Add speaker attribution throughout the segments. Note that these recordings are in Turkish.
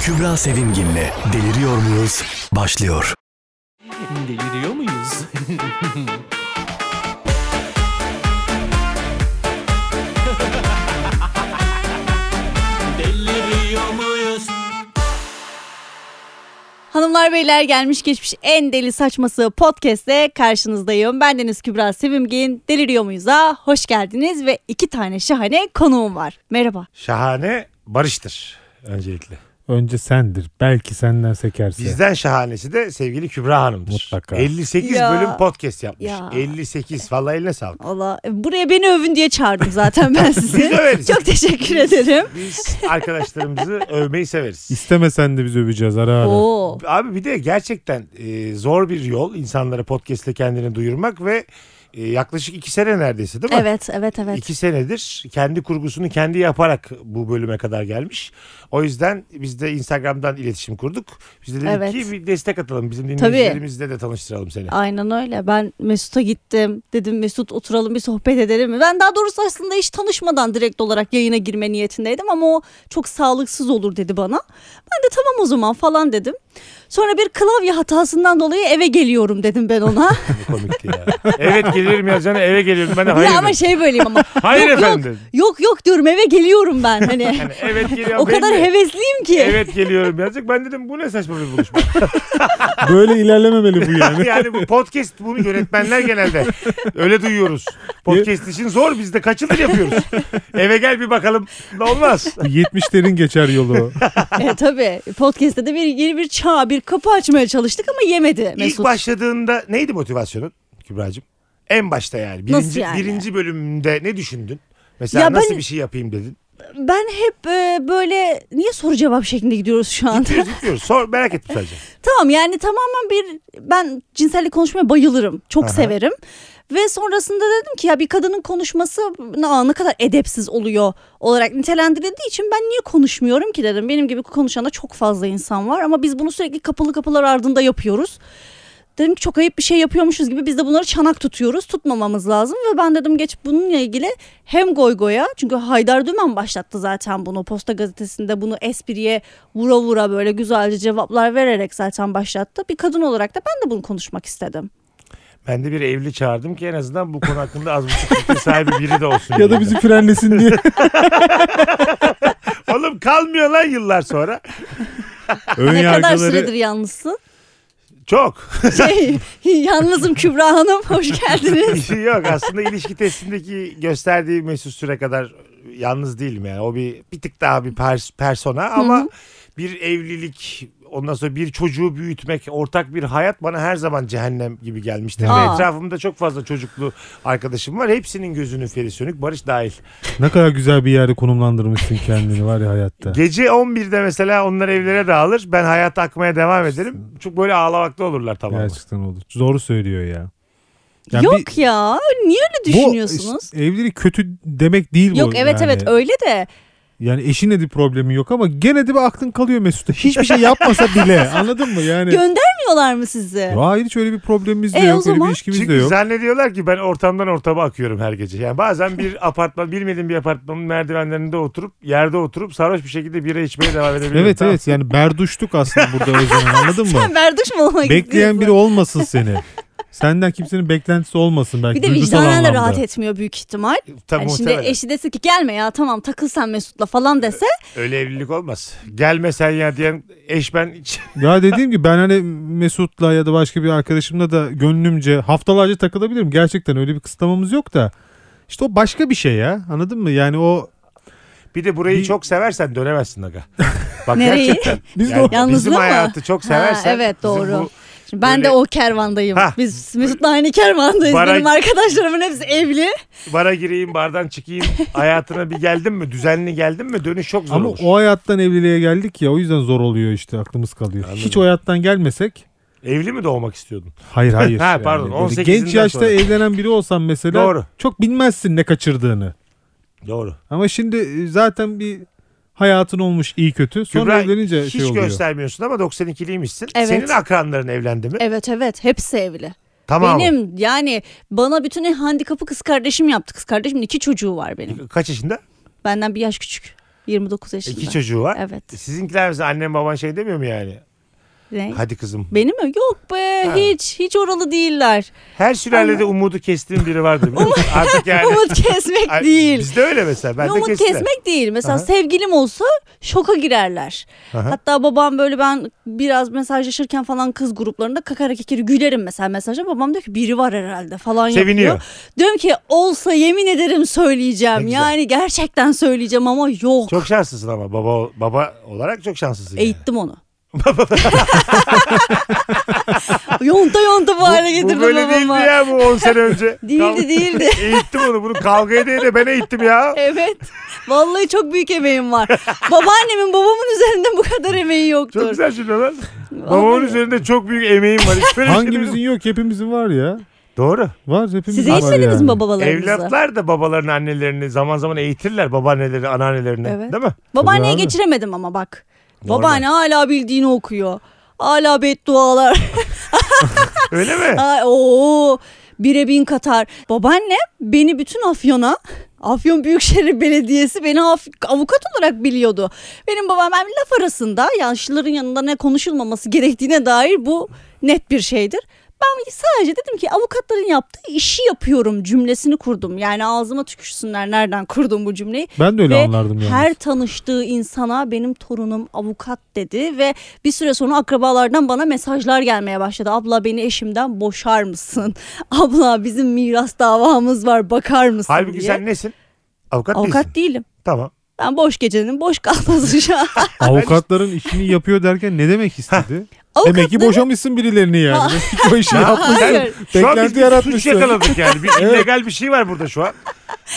Speaker 1: Kübra Sevimgin'le Deliriyor Muyuz? başlıyor.
Speaker 2: Deliriyor muyuz? Deliriyor muyuz?
Speaker 3: Hanımlar beyler gelmiş geçmiş en deli saçması podcast'te karşınızdayım. Ben Deniz Kübra Sevimgin. Deliriyor muyuz'a hoş geldiniz ve iki tane şahane konuğum var. Merhaba.
Speaker 4: Şahane barıştır öncelikle.
Speaker 5: Önce sendir. Belki senden sekerse.
Speaker 4: Bizden şahanesi de sevgili Kübra Hanım'dır.
Speaker 5: Mutlaka.
Speaker 4: 58
Speaker 3: Ya.
Speaker 4: bölüm podcast yapmış.
Speaker 3: Ya.
Speaker 4: 58. Valla eline sağlık.
Speaker 3: Allah e, buraya beni övün diye çağırdım zaten ben sizi.
Speaker 4: Biz överiz.
Speaker 3: Çok teşekkür ederim.
Speaker 4: Biz arkadaşlarımızı övmeyi severiz.
Speaker 5: İstemesen de biz öveceğiz ara ara.
Speaker 3: Oo.
Speaker 4: Abi bir de gerçekten e, zor bir yol insanlara podcastle kendini duyurmak ve e, yaklaşık iki sene neredeyse değil mi?
Speaker 3: Evet, evet, evet.
Speaker 4: İki senedir kendi kurgusunu kendi yaparak bu bölüme kadar gelmiş. O yüzden biz de Instagram'dan iletişim kurduk. Biz de dedik
Speaker 3: Evet.
Speaker 4: ki bir destek atalım. Bizim
Speaker 3: Tabii.
Speaker 4: dinleyicilerimizle de tanıştıralım seni.
Speaker 3: Aynen öyle. Ben Mesut'a gittim. Dedim Mesut oturalım bir sohbet edelim mi? Ben daha doğrusu aslında hiç tanışmadan direkt olarak yayına girme niyetindeydim ama o çok sağlıksız olur dedi bana. Ben de tamam o zaman falan dedim. Sonra bir klavye hatasından dolayı eve geliyorum dedim ben ona.
Speaker 4: Bu komikti ya. evet gelirim yazacağına eve geliyorum. Ben de hayır.
Speaker 3: ya ama
Speaker 4: dedim.
Speaker 3: şey böyleyim ama.
Speaker 4: Hayır
Speaker 3: yok,
Speaker 4: efendim.
Speaker 3: Yok yok diyorum eve geliyorum ben hani.
Speaker 4: Yani evet geliyorum.
Speaker 3: o kadar
Speaker 4: benim de
Speaker 3: hevesliyim ki.
Speaker 4: Evet geliyorum yazacak. Ben dedim bu ne saçma bir buluşma.
Speaker 5: Böyle ilerlememeli bu yani.
Speaker 4: yani bu podcast bunu yönetmenler genelde öyle duyuyoruz. Podcast işin zor biz de kaç yıldır yapıyoruz. Eve gel bir bakalım. Olmaz.
Speaker 5: Bu 70'lerin geçer yolu. o.
Speaker 3: E, tabii. Podcast'te de bir yeni bir çağ, bir kapı açmaya çalıştık ama yemedi Mesut.
Speaker 4: İlk başladığında neydi motivasyonun Kübra'cığım? En başta yani. Birinci,
Speaker 3: Nasıl yani?
Speaker 4: birinci bölümde ne düşündün? Mesela
Speaker 3: Ya
Speaker 4: nasıl
Speaker 3: ben-
Speaker 4: bir şey yapayım dedin.
Speaker 3: Ben hep e, böyle niye soru cevap şeklinde gidiyoruz şu anda?
Speaker 4: Gidiyoruz gidiyoruz. Sor merak ettim sadece.
Speaker 3: tamam yani tamamen bir ben cinsellik konuşmaya bayılırım. Çok severim. Ve sonrasında dedim ki ya bir kadının konuşması "Aa, ne kadar edepsiz oluyor olarak nitelendirildiği için ben niye konuşmuyorum ki dedim. Benim gibi konuşan da çok fazla insan var ama biz bunu sürekli kapalı kapılar ardında yapıyoruz. Dedim ki çok ayıp bir şey yapıyormuşuz gibi biz de bunları çanak tutuyoruz. Tutmamamız lazım ve ben dedim geç bununla ilgili hem Goygo'ya çünkü Haydar Dümen başlattı zaten bunu. Posta gazetesinde bunu espriye vura vura böyle güzelce cevaplar vererek zaten başlattı. Bir kadın olarak da ben de bunu konuşmak istedim.
Speaker 4: Ben de bir evli çağırdım ki en azından bu konu hakkında az buçuk fikir sahibi biri de olsun.
Speaker 5: ya da
Speaker 4: Yani.
Speaker 5: bizi frenlesin diye.
Speaker 4: Oğlum kalmıyor lan yıllar sonra.
Speaker 5: Ön
Speaker 3: ne kadar süredir
Speaker 5: yargıları
Speaker 3: yalnızsın?
Speaker 4: Çok.
Speaker 3: Şey, yalnızım Kübra Hanım hoş geldiniz.
Speaker 4: Yok aslında ilişki testindeki gösterdiği mesut süre kadar yalnız değilim yani. O bir bir tık daha bir pers- persona ama bir evlilik ondan sonra bir çocuğu büyütmek, ortak bir hayat bana her zaman cehennem gibi gelmişti.
Speaker 3: Aa.
Speaker 4: Ve etrafımda çok fazla çocuklu arkadaşım var. Hepsinin gözünün feri sönük, Barış dahil.
Speaker 5: ne kadar güzel bir yerde konumlandırmışsın kendini var ya hayatta.
Speaker 4: Gece 11'de mesela onlar evlere dağılır. Ben hayata akmaya devam ederim. Çok böyle ağlamakta olurlar tamam mı?
Speaker 5: Gerçekten olur. Doğru söylüyor ya. Yani bir-
Speaker 3: Yok ya niye öyle
Speaker 5: Bu
Speaker 3: düşünüyorsunuz?
Speaker 5: işte evlilik kötü demek değil bu.
Speaker 3: Yok evet
Speaker 5: yani.
Speaker 3: evet öyle de
Speaker 5: Yani eşinle de problemi yok ama gene de bir aklın kalıyor Mesut'a. Hiçbir şey yapmasa bile anladın mı yani?
Speaker 3: göndermiyorlar mı sizi?
Speaker 5: Hayır hiç öyle bir problemimiz de
Speaker 3: E, o
Speaker 5: yok. Öyle
Speaker 3: zaman-
Speaker 5: bir ilişkimiz de
Speaker 4: Çünkü
Speaker 5: yok.
Speaker 4: zannediyorlar ki ben ortamdan ortama akıyorum her gece. Yani bazen bir apartman, bilmediğim bir apartmanın merdivenlerinde oturup, yerde oturup sarhoş bir şekilde bira içmeye devam edebiliyorum.
Speaker 5: Evet
Speaker 4: Tamam.
Speaker 5: evet yani berduştuk aslında burada Özlem anladın mı?
Speaker 3: Sen verduş mu olmak
Speaker 5: Bekleyen
Speaker 3: istiyorsun?
Speaker 5: biri olmasın seni. Senden kimsenin beklentisi olmasın belki.
Speaker 3: Bir de
Speaker 5: duygusal
Speaker 3: vicdanen de
Speaker 5: anlamda.
Speaker 3: rahat etmiyor büyük ihtimal.
Speaker 4: Tabii
Speaker 3: Yani şimdi
Speaker 4: muhtemelen.
Speaker 3: eşi dese ki gelme ya tamam takıl sen Mesut'la falan dese
Speaker 4: Öyle evlilik olmaz. Gelme sen ya diyen eş ben hiç-
Speaker 5: Ya dediğim gibi ben hani Mesut'la ya da başka bir arkadaşımla da gönlümce haftalarca takılabilirim. Gerçekten öyle bir kısıtlamamız yok da. İşte o başka bir şey ya. Anladın mı? Yani o
Speaker 4: Bir de burayı
Speaker 5: Bir-
Speaker 4: çok seversen dönemezsin aga. Bak
Speaker 3: Nereyi?
Speaker 4: gerçekten.
Speaker 5: biz de
Speaker 4: Yani
Speaker 5: o-
Speaker 3: Yalnızlığı
Speaker 4: bizim
Speaker 3: mı?
Speaker 4: hayatı çok
Speaker 3: Ha,
Speaker 4: seversen.
Speaker 3: evet,
Speaker 4: bizim
Speaker 3: doğru.
Speaker 4: bu-
Speaker 3: Şimdi ben
Speaker 4: Böyle-
Speaker 3: de o kervandayım.
Speaker 4: Hah.
Speaker 3: Biz Mesut'la aynı kervandayız.
Speaker 4: Bara-
Speaker 3: Benim arkadaşlarımın hepsi evli.
Speaker 4: bara gireyim bardan çıkayım hayatına bir geldin mi düzenli geldin mi dönüş çok zor
Speaker 5: ama
Speaker 4: olur.
Speaker 5: o hayattan evliliğe geldik ya o yüzden zor oluyor işte aklımız kalıyor. Hiç o hayattan gelmesek
Speaker 4: Evli mi doğmak istiyordun?
Speaker 5: Hayır hayır.
Speaker 4: Ha, pardon,
Speaker 5: böyle
Speaker 4: 18'inden
Speaker 5: genç yaşta
Speaker 4: sonra.
Speaker 5: evlenen biri olsan mesela
Speaker 4: Doğru.
Speaker 5: çok bilmezsin ne kaçırdığını.
Speaker 4: Doğru.
Speaker 5: Ama şimdi e, zaten bir hayatın olmuş iyi kötü. Sonra
Speaker 4: Kübra,
Speaker 5: evlenince
Speaker 4: hiç
Speaker 5: şey oluyor.
Speaker 4: göstermiyorsun ama 92'liymişsin.
Speaker 3: Evet.
Speaker 4: Senin akranların evlendi mi?
Speaker 3: Evet evet hepsi evli.
Speaker 4: tamam.
Speaker 3: Benim yani bana bütün handikapı kız kardeşim yaptı. Kız kardeşimin iki çocuğu var benim.
Speaker 4: Kaç yaşında?
Speaker 3: Benden bir yaş küçük. 29 yaşında.
Speaker 4: İki çocuğu var.
Speaker 3: Evet.
Speaker 4: Sizinkiler mesela annen baban şey demiyor mu yani?
Speaker 3: Ne?
Speaker 4: Hadi kızım.
Speaker 3: Benim mi? Yok be
Speaker 4: Ha.
Speaker 3: hiç. Hiç oralı değiller.
Speaker 4: Her sülalede umudu kestiğim biri vardır. biliyor musun? Artık yani.
Speaker 3: Umut kesmek
Speaker 4: Ay,
Speaker 3: değil.
Speaker 4: Bizde öyle mesela. Ben de
Speaker 3: Umut
Speaker 4: kestiler.
Speaker 3: kesmek değil. Mesela
Speaker 4: Aha.
Speaker 3: sevgilim olsa şoka girerler.
Speaker 4: Aha.
Speaker 3: Hatta babam böyle ben biraz mesajlaşırken falan kız gruplarında kakara kekiri gülerim mesela mesajda. Babam diyor ki biri var herhalde falan
Speaker 4: Seviniyor.
Speaker 3: yapıyor. Diyorum ki olsa yemin ederim söyleyeceğim.
Speaker 4: Ne güzel.
Speaker 3: Yani gerçekten söyleyeceğim ama yok.
Speaker 4: Çok şanslısın ama baba baba olarak çok şanslısın. yani.
Speaker 3: Eğittim onu. yonta yonta bu hale
Speaker 4: Bu,
Speaker 3: getirdim
Speaker 4: bu böyle değildi
Speaker 3: babama.
Speaker 4: ya bu 10 sene önce.
Speaker 3: Değildi değildi.
Speaker 4: Eğittim onu. Bunu kavga edeye de ben eğittim ya.
Speaker 3: Evet. Vallahi çok büyük emeğim var. Babaannemin babamın üzerinde bu kadar emeği yoktur.
Speaker 4: Çok güzel şimdi lan. Babamın üzerinde çok büyük emeğim var. Hiç böyle şey
Speaker 5: Hangimizin
Speaker 4: dedim.
Speaker 5: yok hepimizin var ya.
Speaker 4: Doğru.
Speaker 5: Var hepimizin
Speaker 3: Size
Speaker 5: var
Speaker 3: hiç dediniz
Speaker 5: yani.
Speaker 3: mi babalarınızı?
Speaker 4: Evlatlar da babalarını annelerini zaman zaman eğitirler. Babaanneleri anneannelerini.
Speaker 3: Evet.
Speaker 4: Değil mi?
Speaker 3: Babaanneye
Speaker 5: Tabii abi.
Speaker 3: geçiremedim ama bak.
Speaker 4: Normal.
Speaker 3: Babaanne hala bildiğini okuyor. Hala beddualar.
Speaker 4: Öyle mi?
Speaker 3: Ay, Oo, bire bin katar. Babaanne beni bütün Afyon'a Afyon Büyükşehir Belediyesi beni af- avukat olarak biliyordu. Benim babam ben laf arasında yaşlıların yanında ne konuşulmaması gerektiğine dair bu net bir şeydir. Ben sadece dedim ki avukatların yaptığı işi yapıyorum cümlesini kurdum. Yani ağzıma tükürsünler nereden kurdum bu cümleyi.
Speaker 5: Ben de öyle
Speaker 3: Ve
Speaker 5: anlardım yani.
Speaker 3: her tanıştığı insana benim torunum avukat dedi ve bir süre sonra akrabalardan bana mesajlar gelmeye başladı. Abla beni eşimden boşar mısın? Abla bizim miras davamız var bakar mısın
Speaker 4: Halbuki
Speaker 3: diye.
Speaker 4: sen nesin? Avukat,
Speaker 3: avukat
Speaker 4: değilsin.
Speaker 3: değilim.
Speaker 4: Tamam.
Speaker 3: Ben boş gecenin boş kalması şu an.
Speaker 5: Avukatların işini yapıyor derken ne demek istedi? Demek ki
Speaker 3: Avukatların-
Speaker 5: boşamışsın birilerini yani. Demek ki o işi yapmışsın.
Speaker 3: Hayır.
Speaker 4: Şu an biz
Speaker 5: Beklenti
Speaker 4: bir suç
Speaker 5: yaratmışsın.
Speaker 4: yakaladık yani. Bir
Speaker 5: Evet.
Speaker 4: illegal bir şey var burada şu an.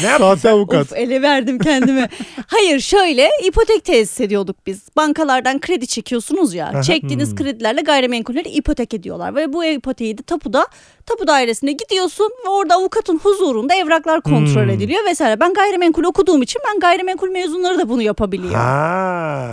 Speaker 4: Ne yaptın?
Speaker 5: Sahte avukat.
Speaker 3: Of ele verdim kendimi. Hayır şöyle ipotek tesis ediyorduk biz. Bankalardan kredi çekiyorsunuz ya. Çektiğiniz kredilerle gayrimenkulleri ipotek ediyorlar. Ve bu ipoteği de tapuda, tapu dairesine gidiyorsun. Ve orada avukatın huzurunda evraklar kontrol ediliyor vesaire. Ben gayrimenkul okuduğum için ben gayrimenkul mezunları da bunu yapabiliyor.
Speaker 4: Ha.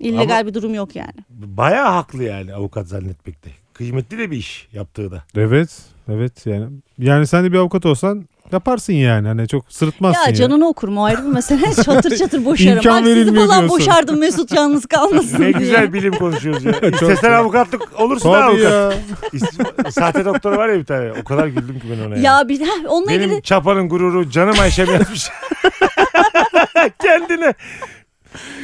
Speaker 3: İllegal bir durum yok yani.
Speaker 4: Bayağı haklı yani avukat zannetmekte. Kıymetli de bir iş yaptığı da.
Speaker 5: Evet. Evet yani. Yani sen de bir avukat olsan yaparsın yani. Hani çok sırıtmazsın
Speaker 3: Ya canını okurum o ayrı bir mesele. çatır çatır boşarım.
Speaker 5: İmkan
Speaker 3: Bak sizi
Speaker 5: verilmiyor
Speaker 3: falan
Speaker 5: diyorsun.
Speaker 3: boşardım Mesut yalnız kalmasın
Speaker 4: Ne
Speaker 3: diye.
Speaker 4: güzel bilim konuşuyoruz ya. İstesen
Speaker 5: güzel.
Speaker 4: avukatlık olursun da
Speaker 5: Tabii
Speaker 4: avukat.
Speaker 5: ya.
Speaker 4: İst- Sahte doktor var ya bir tane. O kadar güldüm ki ben ona. Ya.
Speaker 3: Ya bir ha, onunla
Speaker 4: Benim
Speaker 3: ilgili
Speaker 4: çapanın gururu canım Ayşem yapmış. Kendine.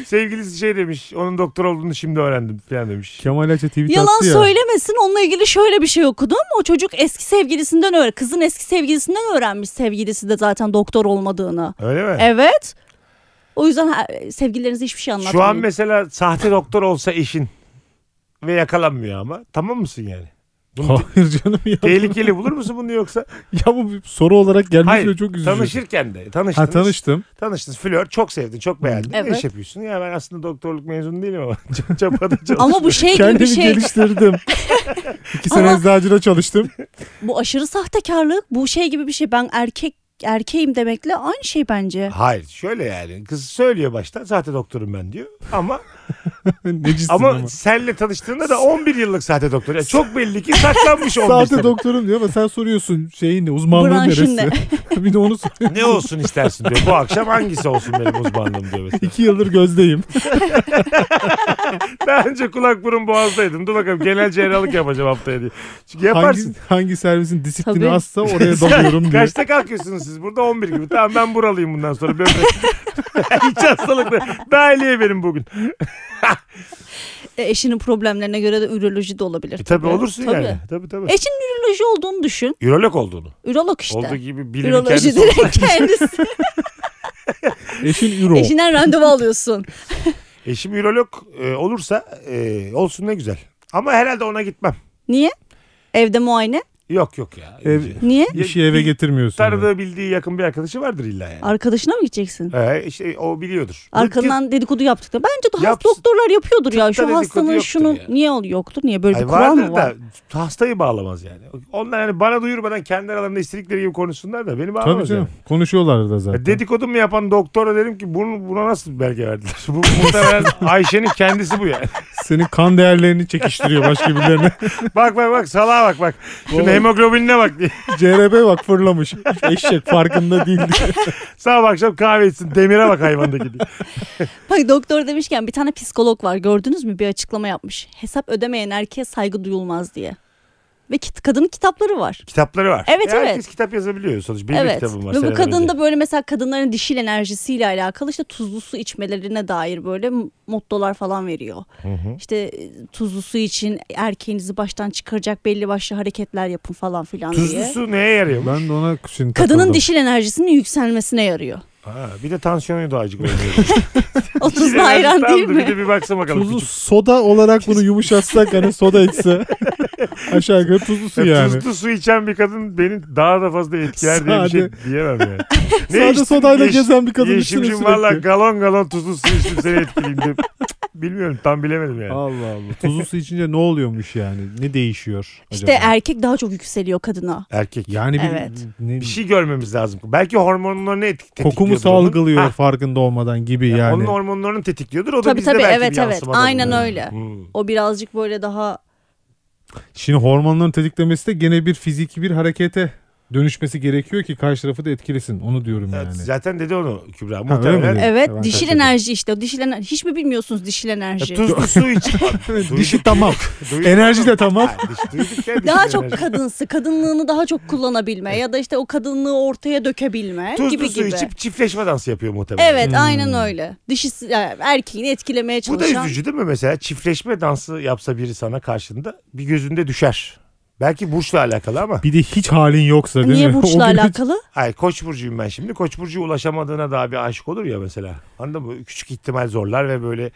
Speaker 4: Sevgilisi şey demiş. Onun doktor olduğunu şimdi öğrendim falan demiş.
Speaker 5: Kemal Ayça tweet
Speaker 3: Yalan
Speaker 5: attı ya.
Speaker 3: söylemesin. Onunla ilgili şöyle bir şey okudum. O çocuk eski sevgilisinden öğren, kızın eski sevgilisinden öğrenmiş sevgilisi de zaten doktor olmadığını.
Speaker 4: Öyle mi?
Speaker 3: Evet. O yüzden ha- sevgililerinize hiçbir şey anlatmayın.
Speaker 4: Şu an mesela sahte doktor olsa eşin ve yakalanmıyor ama tamam mısın yani? Bunu te-
Speaker 5: Hayır canım ya.
Speaker 4: tehlikeli bulur musun bunu yoksa?
Speaker 5: Ya bu bir soru olarak gelmiş
Speaker 4: Hayır.
Speaker 5: ve çok üzücü.
Speaker 4: tanışırken de tanıştınız.
Speaker 5: Ha tanıştım.
Speaker 4: Tanıştınız. Flört çok sevdin, çok beğendin. Ne
Speaker 3: Evet.
Speaker 4: iş yapıyorsun? Ya ben aslında doktorluk mezunu değilim ama çap- çapada çalışıyorum.
Speaker 3: Ama bu şey gibi bir
Speaker 5: Kendimi
Speaker 3: şey.
Speaker 5: geliştirdim. İki sene
Speaker 3: Ama-
Speaker 5: eczacıda çalıştım.
Speaker 3: Bu aşırı sahtekarlık. Bu şey gibi bir şey. Ben erkek erkeğim demekle aynı şey bence.
Speaker 4: Hayır, şöyle yani. Kız söylüyor başta sahte doktorum ben diyor. Ama
Speaker 5: Necisin ama.
Speaker 4: ama, senle tanıştığında da 11 yıllık sahte doktor. Yani çok belli ki saklanmış 11
Speaker 5: Sahte
Speaker 4: sene.
Speaker 5: doktorum diyor ama sen soruyorsun şeyin ne uzmanlığın
Speaker 3: Branşın
Speaker 5: neresi. bir de onu soruyorsun.
Speaker 4: Ne olsun istersin diyor. Bu akşam hangisi olsun benim uzmanlığım diyor mesela.
Speaker 5: İki yıldır gözdeyim.
Speaker 4: Daha önce kulak burun boğazdaydım. Dur bakalım genel cerrahlık yapacağım haftaya diye. Çünkü yaparsın.
Speaker 5: Hangi, hangi servisin disiplini
Speaker 3: Tabii.
Speaker 5: azsa oraya dalıyorum diyor.
Speaker 4: Kaçta kalkıyorsunuz siz burada? 11 gibi. Tamam ben buralıyım bundan sonra. Böbrek. Hiç hastalıklı. Dahiliye benim bugün.
Speaker 3: E, eşinin problemlerine göre de üroloji de olabilir.
Speaker 4: E tabii olursun
Speaker 3: Tabii. E,
Speaker 4: yani. Tabii tabii.
Speaker 3: Eşinin üroloji olduğunu düşün.
Speaker 4: Ürolog olduğunu.
Speaker 3: Ürolog işte.
Speaker 4: Olduğu gibi bilimin
Speaker 3: Üroloji
Speaker 4: kendisi.
Speaker 3: direkt kendisi.
Speaker 5: Eşin Euro.
Speaker 3: Eşinden randevu alıyorsun.
Speaker 4: Eşim ürolog e, olursa e, olsun ne güzel. Ama herhalde ona gitmem.
Speaker 3: Niye? Evde muayene.
Speaker 4: Yok yok ya.
Speaker 5: Ev-
Speaker 3: Niye?
Speaker 5: İşi eve getirmiyorsun. yani.
Speaker 4: Tanıdığı bildiği yakın bir arkadaşı vardır illa yani.
Speaker 3: Arkadaşına mı gideceksin?
Speaker 4: Ee, işte o biliyordur.
Speaker 3: Arkandan dedikodu yaptık da. Bence de has-
Speaker 4: Yaps-
Speaker 3: doktorlar yapıyordur ya.
Speaker 4: Tıpta
Speaker 3: Şu
Speaker 4: dedikodu
Speaker 3: hastanın
Speaker 4: yoktur
Speaker 3: şunun
Speaker 4: ya.
Speaker 3: niye ol- yoktur? Niye böyle bir
Speaker 4: Ay
Speaker 3: kural
Speaker 4: vardır
Speaker 3: mı var?
Speaker 4: da hastayı bağlamaz yani. Onlar hani bana duyurmadan kendi aralarında istedikleri gibi konuşsunlar da beni bağlamaz
Speaker 5: Tabii
Speaker 4: yani.
Speaker 5: canım. Konuşuyorlar da zaten.
Speaker 4: Ya Dedikodu mu yapan doktora dedim ki bunu, buna nasıl belge verdiler? Bu muhtemelen Ayşe'nin kendisi bu yani.
Speaker 5: Senin kan değerlerini çekiştiriyor başka birilerine.
Speaker 4: Bak bak bak salağa bak bak. Şunun
Speaker 5: Oğlum.
Speaker 4: hemoglobinine bak diye.
Speaker 5: CRB bak fırlamış. Eşek farkında değildi.
Speaker 4: Sabah akşam kahve içsin. Demire bak hayvandaki diye.
Speaker 3: Bak doktor demişken bir tane psikolog var gördünüz mü bir açıklama yapmış. Hesap ödemeyen erkeğe saygı duyulmaz diye. Ve kit- kadının kitapları var.
Speaker 4: Kitapları var.
Speaker 3: Evet,
Speaker 4: Herkes
Speaker 3: evet.
Speaker 4: kitap yazabiliyor sonuç. Benim de
Speaker 3: Evet.
Speaker 4: kitabım var.
Speaker 3: Ve bu
Speaker 4: seneler
Speaker 3: kadın
Speaker 4: önce.
Speaker 3: da böyle mesela kadınların dişil enerjisiyle alakalı işte tuzlu su içmelerine dair böyle m- mottolar falan veriyor. İşte e, tuzlu su için erkeğinizi baştan çıkaracak belli başlı hareketler yapın falan filan
Speaker 4: Tuzlu
Speaker 3: diye.
Speaker 4: su neye yarıyor?
Speaker 5: Ben de ona şimdi
Speaker 3: Kadının
Speaker 5: takıldım.
Speaker 3: dişil enerjisinin yükselmesine yarıyor.
Speaker 4: Ha, bir de tansiyonu da acık oynuyor.
Speaker 3: O tuzlu hayran değil
Speaker 4: Tamamdır, Bir de
Speaker 3: mi?
Speaker 4: bir baksana bakalım.
Speaker 5: Tuzlu
Speaker 4: Küçük-
Speaker 5: soda olarak bunu yumuşatsak hani soda içse aşağı yukarı tuzlu su
Speaker 4: Ya,
Speaker 5: yani.
Speaker 4: Tuzlu su içen bir kadın beni daha da fazla etkiler diye bir şey
Speaker 5: Sade.
Speaker 4: diyemem yani.
Speaker 5: Sade
Speaker 4: içtin?
Speaker 5: sodayla
Speaker 4: Yeş-
Speaker 5: gezen bir kadın
Speaker 4: Yeşimcim
Speaker 5: düşünün
Speaker 4: valla
Speaker 5: sürekli.
Speaker 4: galon galon tuzlu su içtim seni etkileyim diye. Bilmiyorum tam bilemedim yani.
Speaker 5: Allah Allah. Tuzlu su içince ne oluyormuş yani? Ne değişiyor acaba?
Speaker 3: İşte erkek daha çok yükseliyor kadına.
Speaker 4: Erkek.
Speaker 5: yani bir,
Speaker 3: Evet.
Speaker 5: ne-
Speaker 4: Bir şey görmemiz lazım. Belki hormonlarını etk tetikliyordur.
Speaker 5: koku mu
Speaker 4: onun.
Speaker 5: salgılıyor
Speaker 4: Ha,
Speaker 5: farkında olmadan gibi yani.
Speaker 4: Onun hormonlarını tetikliyordur. O da
Speaker 3: Tabii,
Speaker 4: bizde
Speaker 3: tabii,
Speaker 4: belki
Speaker 3: evet,
Speaker 4: bir
Speaker 3: evet.
Speaker 4: yansımadır.
Speaker 3: Aynen öyle.
Speaker 4: Hmm.
Speaker 3: O birazcık böyle daha
Speaker 5: Şimdi hormonların tetiklemesi de gene bir fiziki bir harekete dönüşmesi gerekiyor ki karşı tarafı da etkilesin. Onu diyorum
Speaker 4: Evet,
Speaker 5: yani.
Speaker 4: Zaten dedi onu Kübra.
Speaker 5: mi
Speaker 4: Muhtemelen
Speaker 5: dedi?
Speaker 3: evet
Speaker 5: ben
Speaker 3: dişil
Speaker 5: kaçırdım.
Speaker 3: enerji işte o dişil enerji hiç mi bilmiyorsunuz dişil
Speaker 4: Ya,
Speaker 3: enerji?
Speaker 4: tuzlu su iç.
Speaker 5: Dişi tamam. Enerji de tamam.
Speaker 3: daha çok kadınsı, kadınlığını daha çok kullanabilme ya da işte o kadınlığı ortaya dökebilme
Speaker 4: Tuzlu
Speaker 3: gibi
Speaker 4: su
Speaker 3: gibi.
Speaker 4: içip çiftleşme dansı yapıyor muhtemelen.
Speaker 3: Evet, aynen öyle. Dişisi yani erkeğini etkilemeye
Speaker 4: Bu da
Speaker 3: çalışan.
Speaker 4: üzücü değil mi mesela? Çiftleşme dansı yapsa biri sana karşında bir gözünde düşer. Belki burçla alakalı ama.
Speaker 5: Bir de hiç halin yoksa değil mi?
Speaker 3: Niye
Speaker 5: O
Speaker 3: burçla
Speaker 5: gün hiç-
Speaker 3: alakalı?
Speaker 4: Ay koç burcuyum ben şimdi. Koç burcu ulaşamadığına daha bir aşık olur ya mesela. Anladın mı? Küçük ihtimal zorlar ve böyle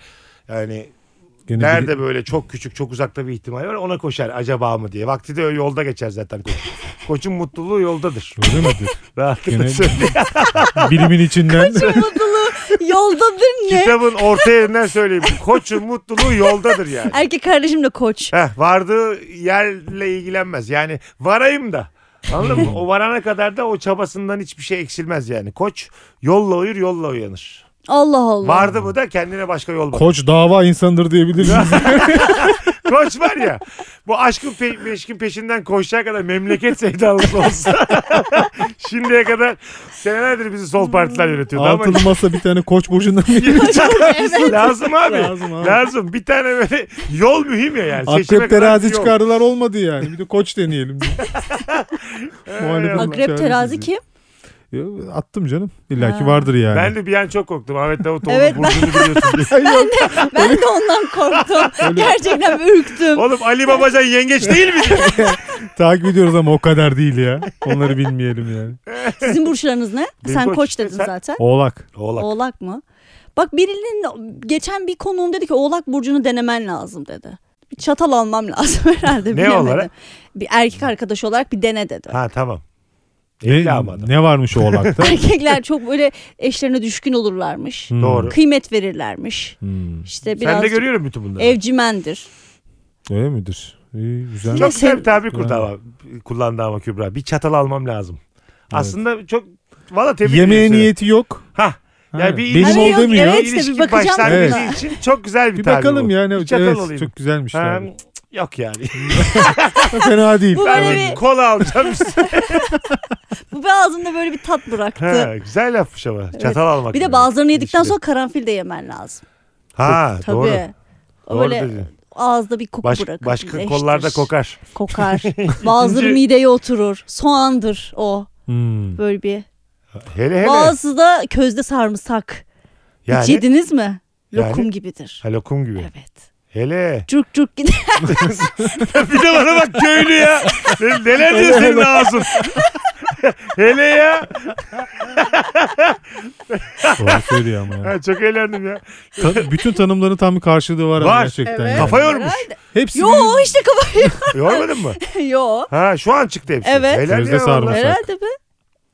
Speaker 4: yani
Speaker 5: Gene bir-
Speaker 4: nerede böyle çok küçük çok uzakta bir ihtimal var ona koşar acaba mı diye. Vakti de öyle yolda geçer zaten koç. Koçun mutluluğu yoldadır.
Speaker 5: Öyle midir?
Speaker 4: Rahatlıkla
Speaker 5: Gene-
Speaker 4: söyleyeyim.
Speaker 5: Bilimin içinden.
Speaker 3: Mutluluğu yoldadır ne?
Speaker 4: Kitabın orta yerinden söyleyeyim. Koçun mutluluğu yoldadır yani.
Speaker 3: Erkek kardeşim de koç.
Speaker 4: Heh, vardığı yerle ilgilenmez. Yani varayım da. Anladın mı? O varana kadar da o çabasından hiçbir şey eksilmez yani. Koç yolla uyur yolla uyanır.
Speaker 3: Allah Allah.
Speaker 4: Vardı mı da kendine başka yol bakar.
Speaker 5: Koç dava insanıdır diyebiliriz.
Speaker 4: Koç var ya bu aşkın pe- meşkin peşinden koşacağı kadar memleket sevdalısı olsa şimdiye kadar senelerdir bizi sol partiler yönetiyordu ama
Speaker 5: Altılı masa bir tane koç burcundan geliyor.
Speaker 4: lazım abi.
Speaker 5: Lazım abi.
Speaker 4: Lazım. Bir tane böyle yol mühim ya yani. Seçime
Speaker 5: Akrep
Speaker 4: kadar
Speaker 5: terazi
Speaker 4: bir yol.
Speaker 5: çıkardılar olmadı yani. Bir de koç deneyelim. diye. Muhalefetin
Speaker 3: Akrep
Speaker 5: çaresiz
Speaker 3: terazi
Speaker 5: ya.
Speaker 3: kim?
Speaker 5: Ya, Attım canım. İlla ki
Speaker 3: Ha.
Speaker 5: vardır yani.
Speaker 4: Ben de bir an çok korktum. Ahmet Davutoğlu
Speaker 3: Evet,
Speaker 4: burcunu biliyorsun diye.
Speaker 3: Ben de, ben de ondan korktum. Gerçekten ürktüm.
Speaker 4: Oğlum Ali Babacan yengeç değil mi?
Speaker 5: Takip ediyoruz ama o kadar değil ya. Onları bilmeyelim yani.
Speaker 3: Sizin burçlarınız ne?
Speaker 4: Benim
Speaker 3: Sen
Speaker 4: koç.
Speaker 3: koç dedin
Speaker 4: Sen-
Speaker 3: zaten.
Speaker 5: Oğlak.
Speaker 4: Oğlak.
Speaker 3: Oğlak mı? Bak birinin geçen bir konuğum dedi ki Oğlak burcunu denemen lazım dedi. Bir çatal almam lazım herhalde.
Speaker 4: Ne
Speaker 3: bilemedim.
Speaker 4: olarak?
Speaker 3: Bir erkek arkadaş olarak bir dene dedi.
Speaker 4: Ha tamam.
Speaker 5: Ne,
Speaker 4: Evli ama adam.
Speaker 5: ne varmış o oğlakta?
Speaker 3: Erkekler çok böyle eşlerine düşkün olurlarmış.
Speaker 5: Hmm.
Speaker 4: Doğru.
Speaker 3: Kıymet verirlermiş.
Speaker 5: Hmm.
Speaker 3: İşte
Speaker 4: Sen de
Speaker 3: biraz
Speaker 4: görüyorum bütün bunları.
Speaker 3: evcimendir.
Speaker 5: Öyle midir? İyi, güzel.
Speaker 4: Çok güzel
Speaker 3: Sev-
Speaker 4: bir tabir kurdu ama, kullandı ama Kübra. Bir çatal almam lazım. Aslında çok valla tebrik
Speaker 5: Yemeğe
Speaker 4: ediyorum seni.
Speaker 5: niyeti yok.
Speaker 4: Hah.
Speaker 5: Ha,
Speaker 4: Ya bir
Speaker 5: Benim
Speaker 4: ilişki-
Speaker 5: ol
Speaker 3: yok,
Speaker 5: demiyor.
Speaker 4: Bir
Speaker 3: evet. işte bir
Speaker 4: ilişki
Speaker 3: bakacağım
Speaker 4: başlangıcı
Speaker 3: buna.
Speaker 4: için çok güzel bir,
Speaker 5: Bir
Speaker 4: tabir
Speaker 5: bakalım
Speaker 4: bu.
Speaker 5: yani.
Speaker 4: Bir çatal
Speaker 5: evet,
Speaker 4: alayım.
Speaker 5: Çok güzelmiş.
Speaker 4: Ha,
Speaker 5: tabii.
Speaker 4: yok yani.
Speaker 5: Fena değil.
Speaker 3: Bu
Speaker 4: Ben
Speaker 3: böyle
Speaker 4: bir
Speaker 3: bir,
Speaker 4: kola alacağım işte.
Speaker 3: bu bir ağzımda böyle bir tat bıraktı.
Speaker 4: ha, güzel lafmış ama. Çatal almak.
Speaker 3: Bir de
Speaker 4: yani.
Speaker 3: bazılarını yedikten
Speaker 4: İlişkide.
Speaker 3: sonra karanfil de yemen lazım.
Speaker 4: Ha
Speaker 3: Tabii.
Speaker 4: doğru.
Speaker 3: O
Speaker 4: Doğru
Speaker 3: böyle
Speaker 4: dedin.
Speaker 3: ağızda bir koku
Speaker 4: Baş-
Speaker 3: bırakır.
Speaker 4: başka
Speaker 3: eştir.
Speaker 4: kollarda kokar.
Speaker 3: kokar. Bazıları
Speaker 4: İkinci-
Speaker 3: mideye oturur. Soğandır o
Speaker 5: Hmm.
Speaker 3: böyle bir.
Speaker 4: Hele hele.
Speaker 3: Bazısı da közde sarımsak.
Speaker 4: yani,
Speaker 3: Hiç yediniz mi?
Speaker 4: Yani?
Speaker 3: Lokum gibidir.
Speaker 4: Ha, lokum gibi.
Speaker 3: Evet.
Speaker 4: Hele.
Speaker 3: Cuk cuk gider.
Speaker 4: bir de bana bak köylü ya. Ne- Neler diyor senin ağzın. Hele ya.
Speaker 5: Doğru söylüyor ama yani.
Speaker 4: Ha, çok eğlendim ya.
Speaker 5: Ta- bütün tanımların tam bir karşılığı var, ama
Speaker 4: Var.
Speaker 5: gerçekten.
Speaker 3: Evet.
Speaker 5: yani.
Speaker 4: Kafa yormuş.
Speaker 5: Hepsi
Speaker 3: Yo
Speaker 5: bir-
Speaker 3: işte kafayı.
Speaker 4: Yormadın E, mı?
Speaker 3: Yo.
Speaker 4: Ha şu an çıktı hepsi.
Speaker 3: Evet.
Speaker 4: Helal
Speaker 5: Közde
Speaker 4: ya
Speaker 5: sarma.
Speaker 4: vallahi.
Speaker 3: Herhalde be.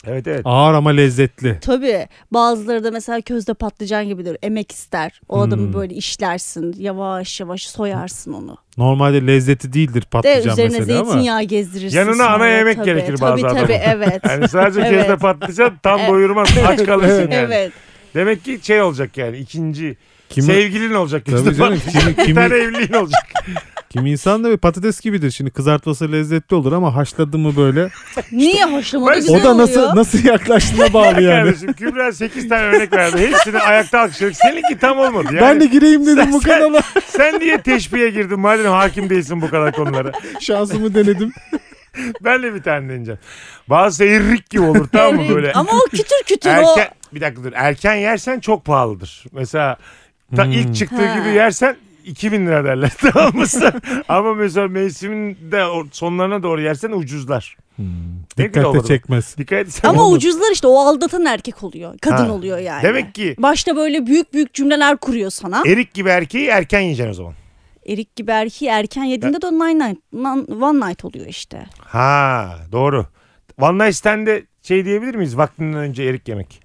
Speaker 4: Evet evet.
Speaker 5: ağır ama lezzetli.
Speaker 3: Tabii. Bazıları da mesela közde patlıcan gibidir. Emek ister. O adamı
Speaker 5: Hmm.
Speaker 3: böyle işlersin. Yavaş yavaş soyarsın onu.
Speaker 5: Normalde lezzeti değildir
Speaker 3: De
Speaker 5: patlıcan
Speaker 3: üzerine
Speaker 5: mesela ama.
Speaker 3: zeytinyağı gezdirirsin.
Speaker 4: Yanına
Speaker 3: sonra.
Speaker 4: ana yemek
Speaker 3: Tabii,
Speaker 4: gerekir
Speaker 3: tabii,
Speaker 4: bazı
Speaker 3: tabii,
Speaker 4: adamın.
Speaker 3: evet.
Speaker 4: Yani sadece
Speaker 3: Evet.
Speaker 4: közde patlıcan tam
Speaker 3: Evet.
Speaker 4: doyurmaz. Aç kalırsın yani.
Speaker 3: evet.
Speaker 4: Demek ki şey olacak yani ikinci
Speaker 5: Kim,
Speaker 4: Sevgilin olacak.
Speaker 5: Tabii
Speaker 4: Mustafa.
Speaker 5: canım, kimi-
Speaker 4: Bir
Speaker 5: kimi-
Speaker 4: tane evliliğin olacak.
Speaker 5: kim insan da bir patates gibidir. Şimdi kızartması lezzetli olur ama haşladı mı böyle.
Speaker 3: Niye haşlamadı
Speaker 4: Ben-
Speaker 3: güzel
Speaker 5: O da
Speaker 3: oluyor.
Speaker 5: nasıl nasıl yaklaştığına bağlı yani.
Speaker 4: Kardeşim Kübra 8 tane örnek verdi. Hepsini ayakta alkışladık. Seninki tam olmadı. Yani
Speaker 5: Ben de gireyim dedim
Speaker 4: Sen-
Speaker 5: bu
Speaker 4: sen-
Speaker 5: kanala.
Speaker 4: Sen niye teşbihe girdin madem hakim değilsin bu kadar konulara?
Speaker 5: Şansımı denedim.
Speaker 4: Ben de bir tane deneyeceğim. Bazı erik gibi olur tamam mı
Speaker 3: Evet,
Speaker 4: böyle?
Speaker 3: Ama o kütür kütür o.
Speaker 4: Erken, bir dakika dur. Erken yersen çok pahalıdır. Mesela ta
Speaker 5: Hmm.
Speaker 4: ilk çıktığı
Speaker 3: Ha.
Speaker 4: gibi yersen 2000 lira derler tamam mı? Ama mesela mevsimin de or- sonlarına doğru yersen ucuzlar.
Speaker 5: Hmm.
Speaker 4: Ne güzel
Speaker 5: Dikkat
Speaker 4: olur
Speaker 5: de
Speaker 4: bu.
Speaker 5: çekmez.
Speaker 4: Dikkat etsen
Speaker 3: Ama
Speaker 4: olur.
Speaker 3: ucuzlar işte o aldatan erkek oluyor. Kadın
Speaker 4: Ha.
Speaker 3: oluyor yani.
Speaker 4: Demek ki
Speaker 3: Başta böyle büyük büyük cümleler kuruyor sana.
Speaker 4: erik gibi erkeği erken yiyeceksin o zaman.
Speaker 3: Erik gibi erkeği erken yediğinde de nine night, nan- one night oluyor işte.
Speaker 4: Ha doğru. One Night Stand'de şey diyebilir miyiz? Vaktinden önce erik yemek.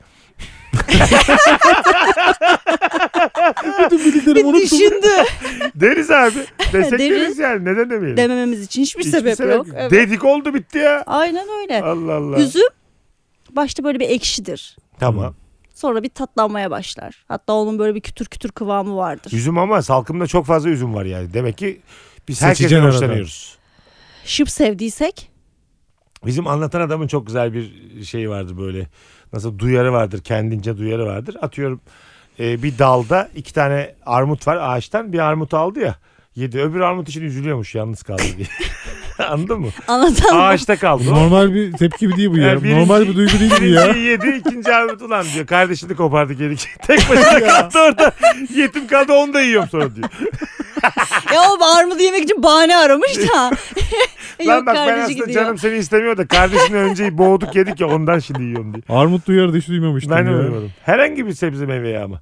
Speaker 5: Bütün bilgilerim unuttum.
Speaker 3: Düşündü.
Speaker 4: Deriz abi. Desek
Speaker 3: Deriz.
Speaker 4: deriz yani. Neden demeyelim?
Speaker 3: Demememiz için hiçbir,
Speaker 4: Hiçbir
Speaker 3: sebep, yok. Evet.
Speaker 4: Dedik oldu bitti ya.
Speaker 3: Aynen öyle.
Speaker 4: Allah Allah.
Speaker 3: Üzüm başta böyle bir ekşidir.
Speaker 4: Tamam.
Speaker 3: Sonra bir tatlanmaya başlar. Hatta onun böyle bir kütür kütür kıvamı vardır.
Speaker 4: Üzüm ama salkımda çok fazla üzüm var yani. Demek ki biz
Speaker 5: Seçeceksin
Speaker 4: herkesten
Speaker 5: arada.
Speaker 4: hoşlanıyoruz.
Speaker 3: Şıp sevdiysek
Speaker 4: Bizim anlatan adamın çok güzel bir şeyi vardı böyle. Nasıl duyarı vardır, kendince duyarı vardır. Atıyorum e, bir dalda iki tane armut var ağaçtan. Bir armut aldı ya. Yedi. Öbür armut için üzülüyormuş yalnız kaldı diye. Anladın mı?
Speaker 3: anlatan
Speaker 4: Ağaçta kaldı. o.
Speaker 5: Normal bir tepki değil bu ya.
Speaker 4: Yani birinci-
Speaker 5: Normal bir duygu değil bu ya.
Speaker 4: Birinciyi yedi, ikinci armut ulan diyor. Kardeşini kopardı geri. Tek başına kaldı orada. Yetim kaldı onu da yiyorum sonra diyor.
Speaker 3: ya E, o armudu yemek için bahane aramış da.
Speaker 4: Lan
Speaker 5: E
Speaker 3: Yok
Speaker 4: bak ben
Speaker 3: kardeşi
Speaker 4: aslında
Speaker 3: gidiyor.
Speaker 4: canım seni istemiyor da kardeşini önce boğduk yedik ya ondan şimdi yiyorum diyor.
Speaker 5: Armut duyardı hiç duymamıştım
Speaker 4: Ben de
Speaker 5: ya.
Speaker 4: duymadım. Herhangi bir sebze meyveye ama.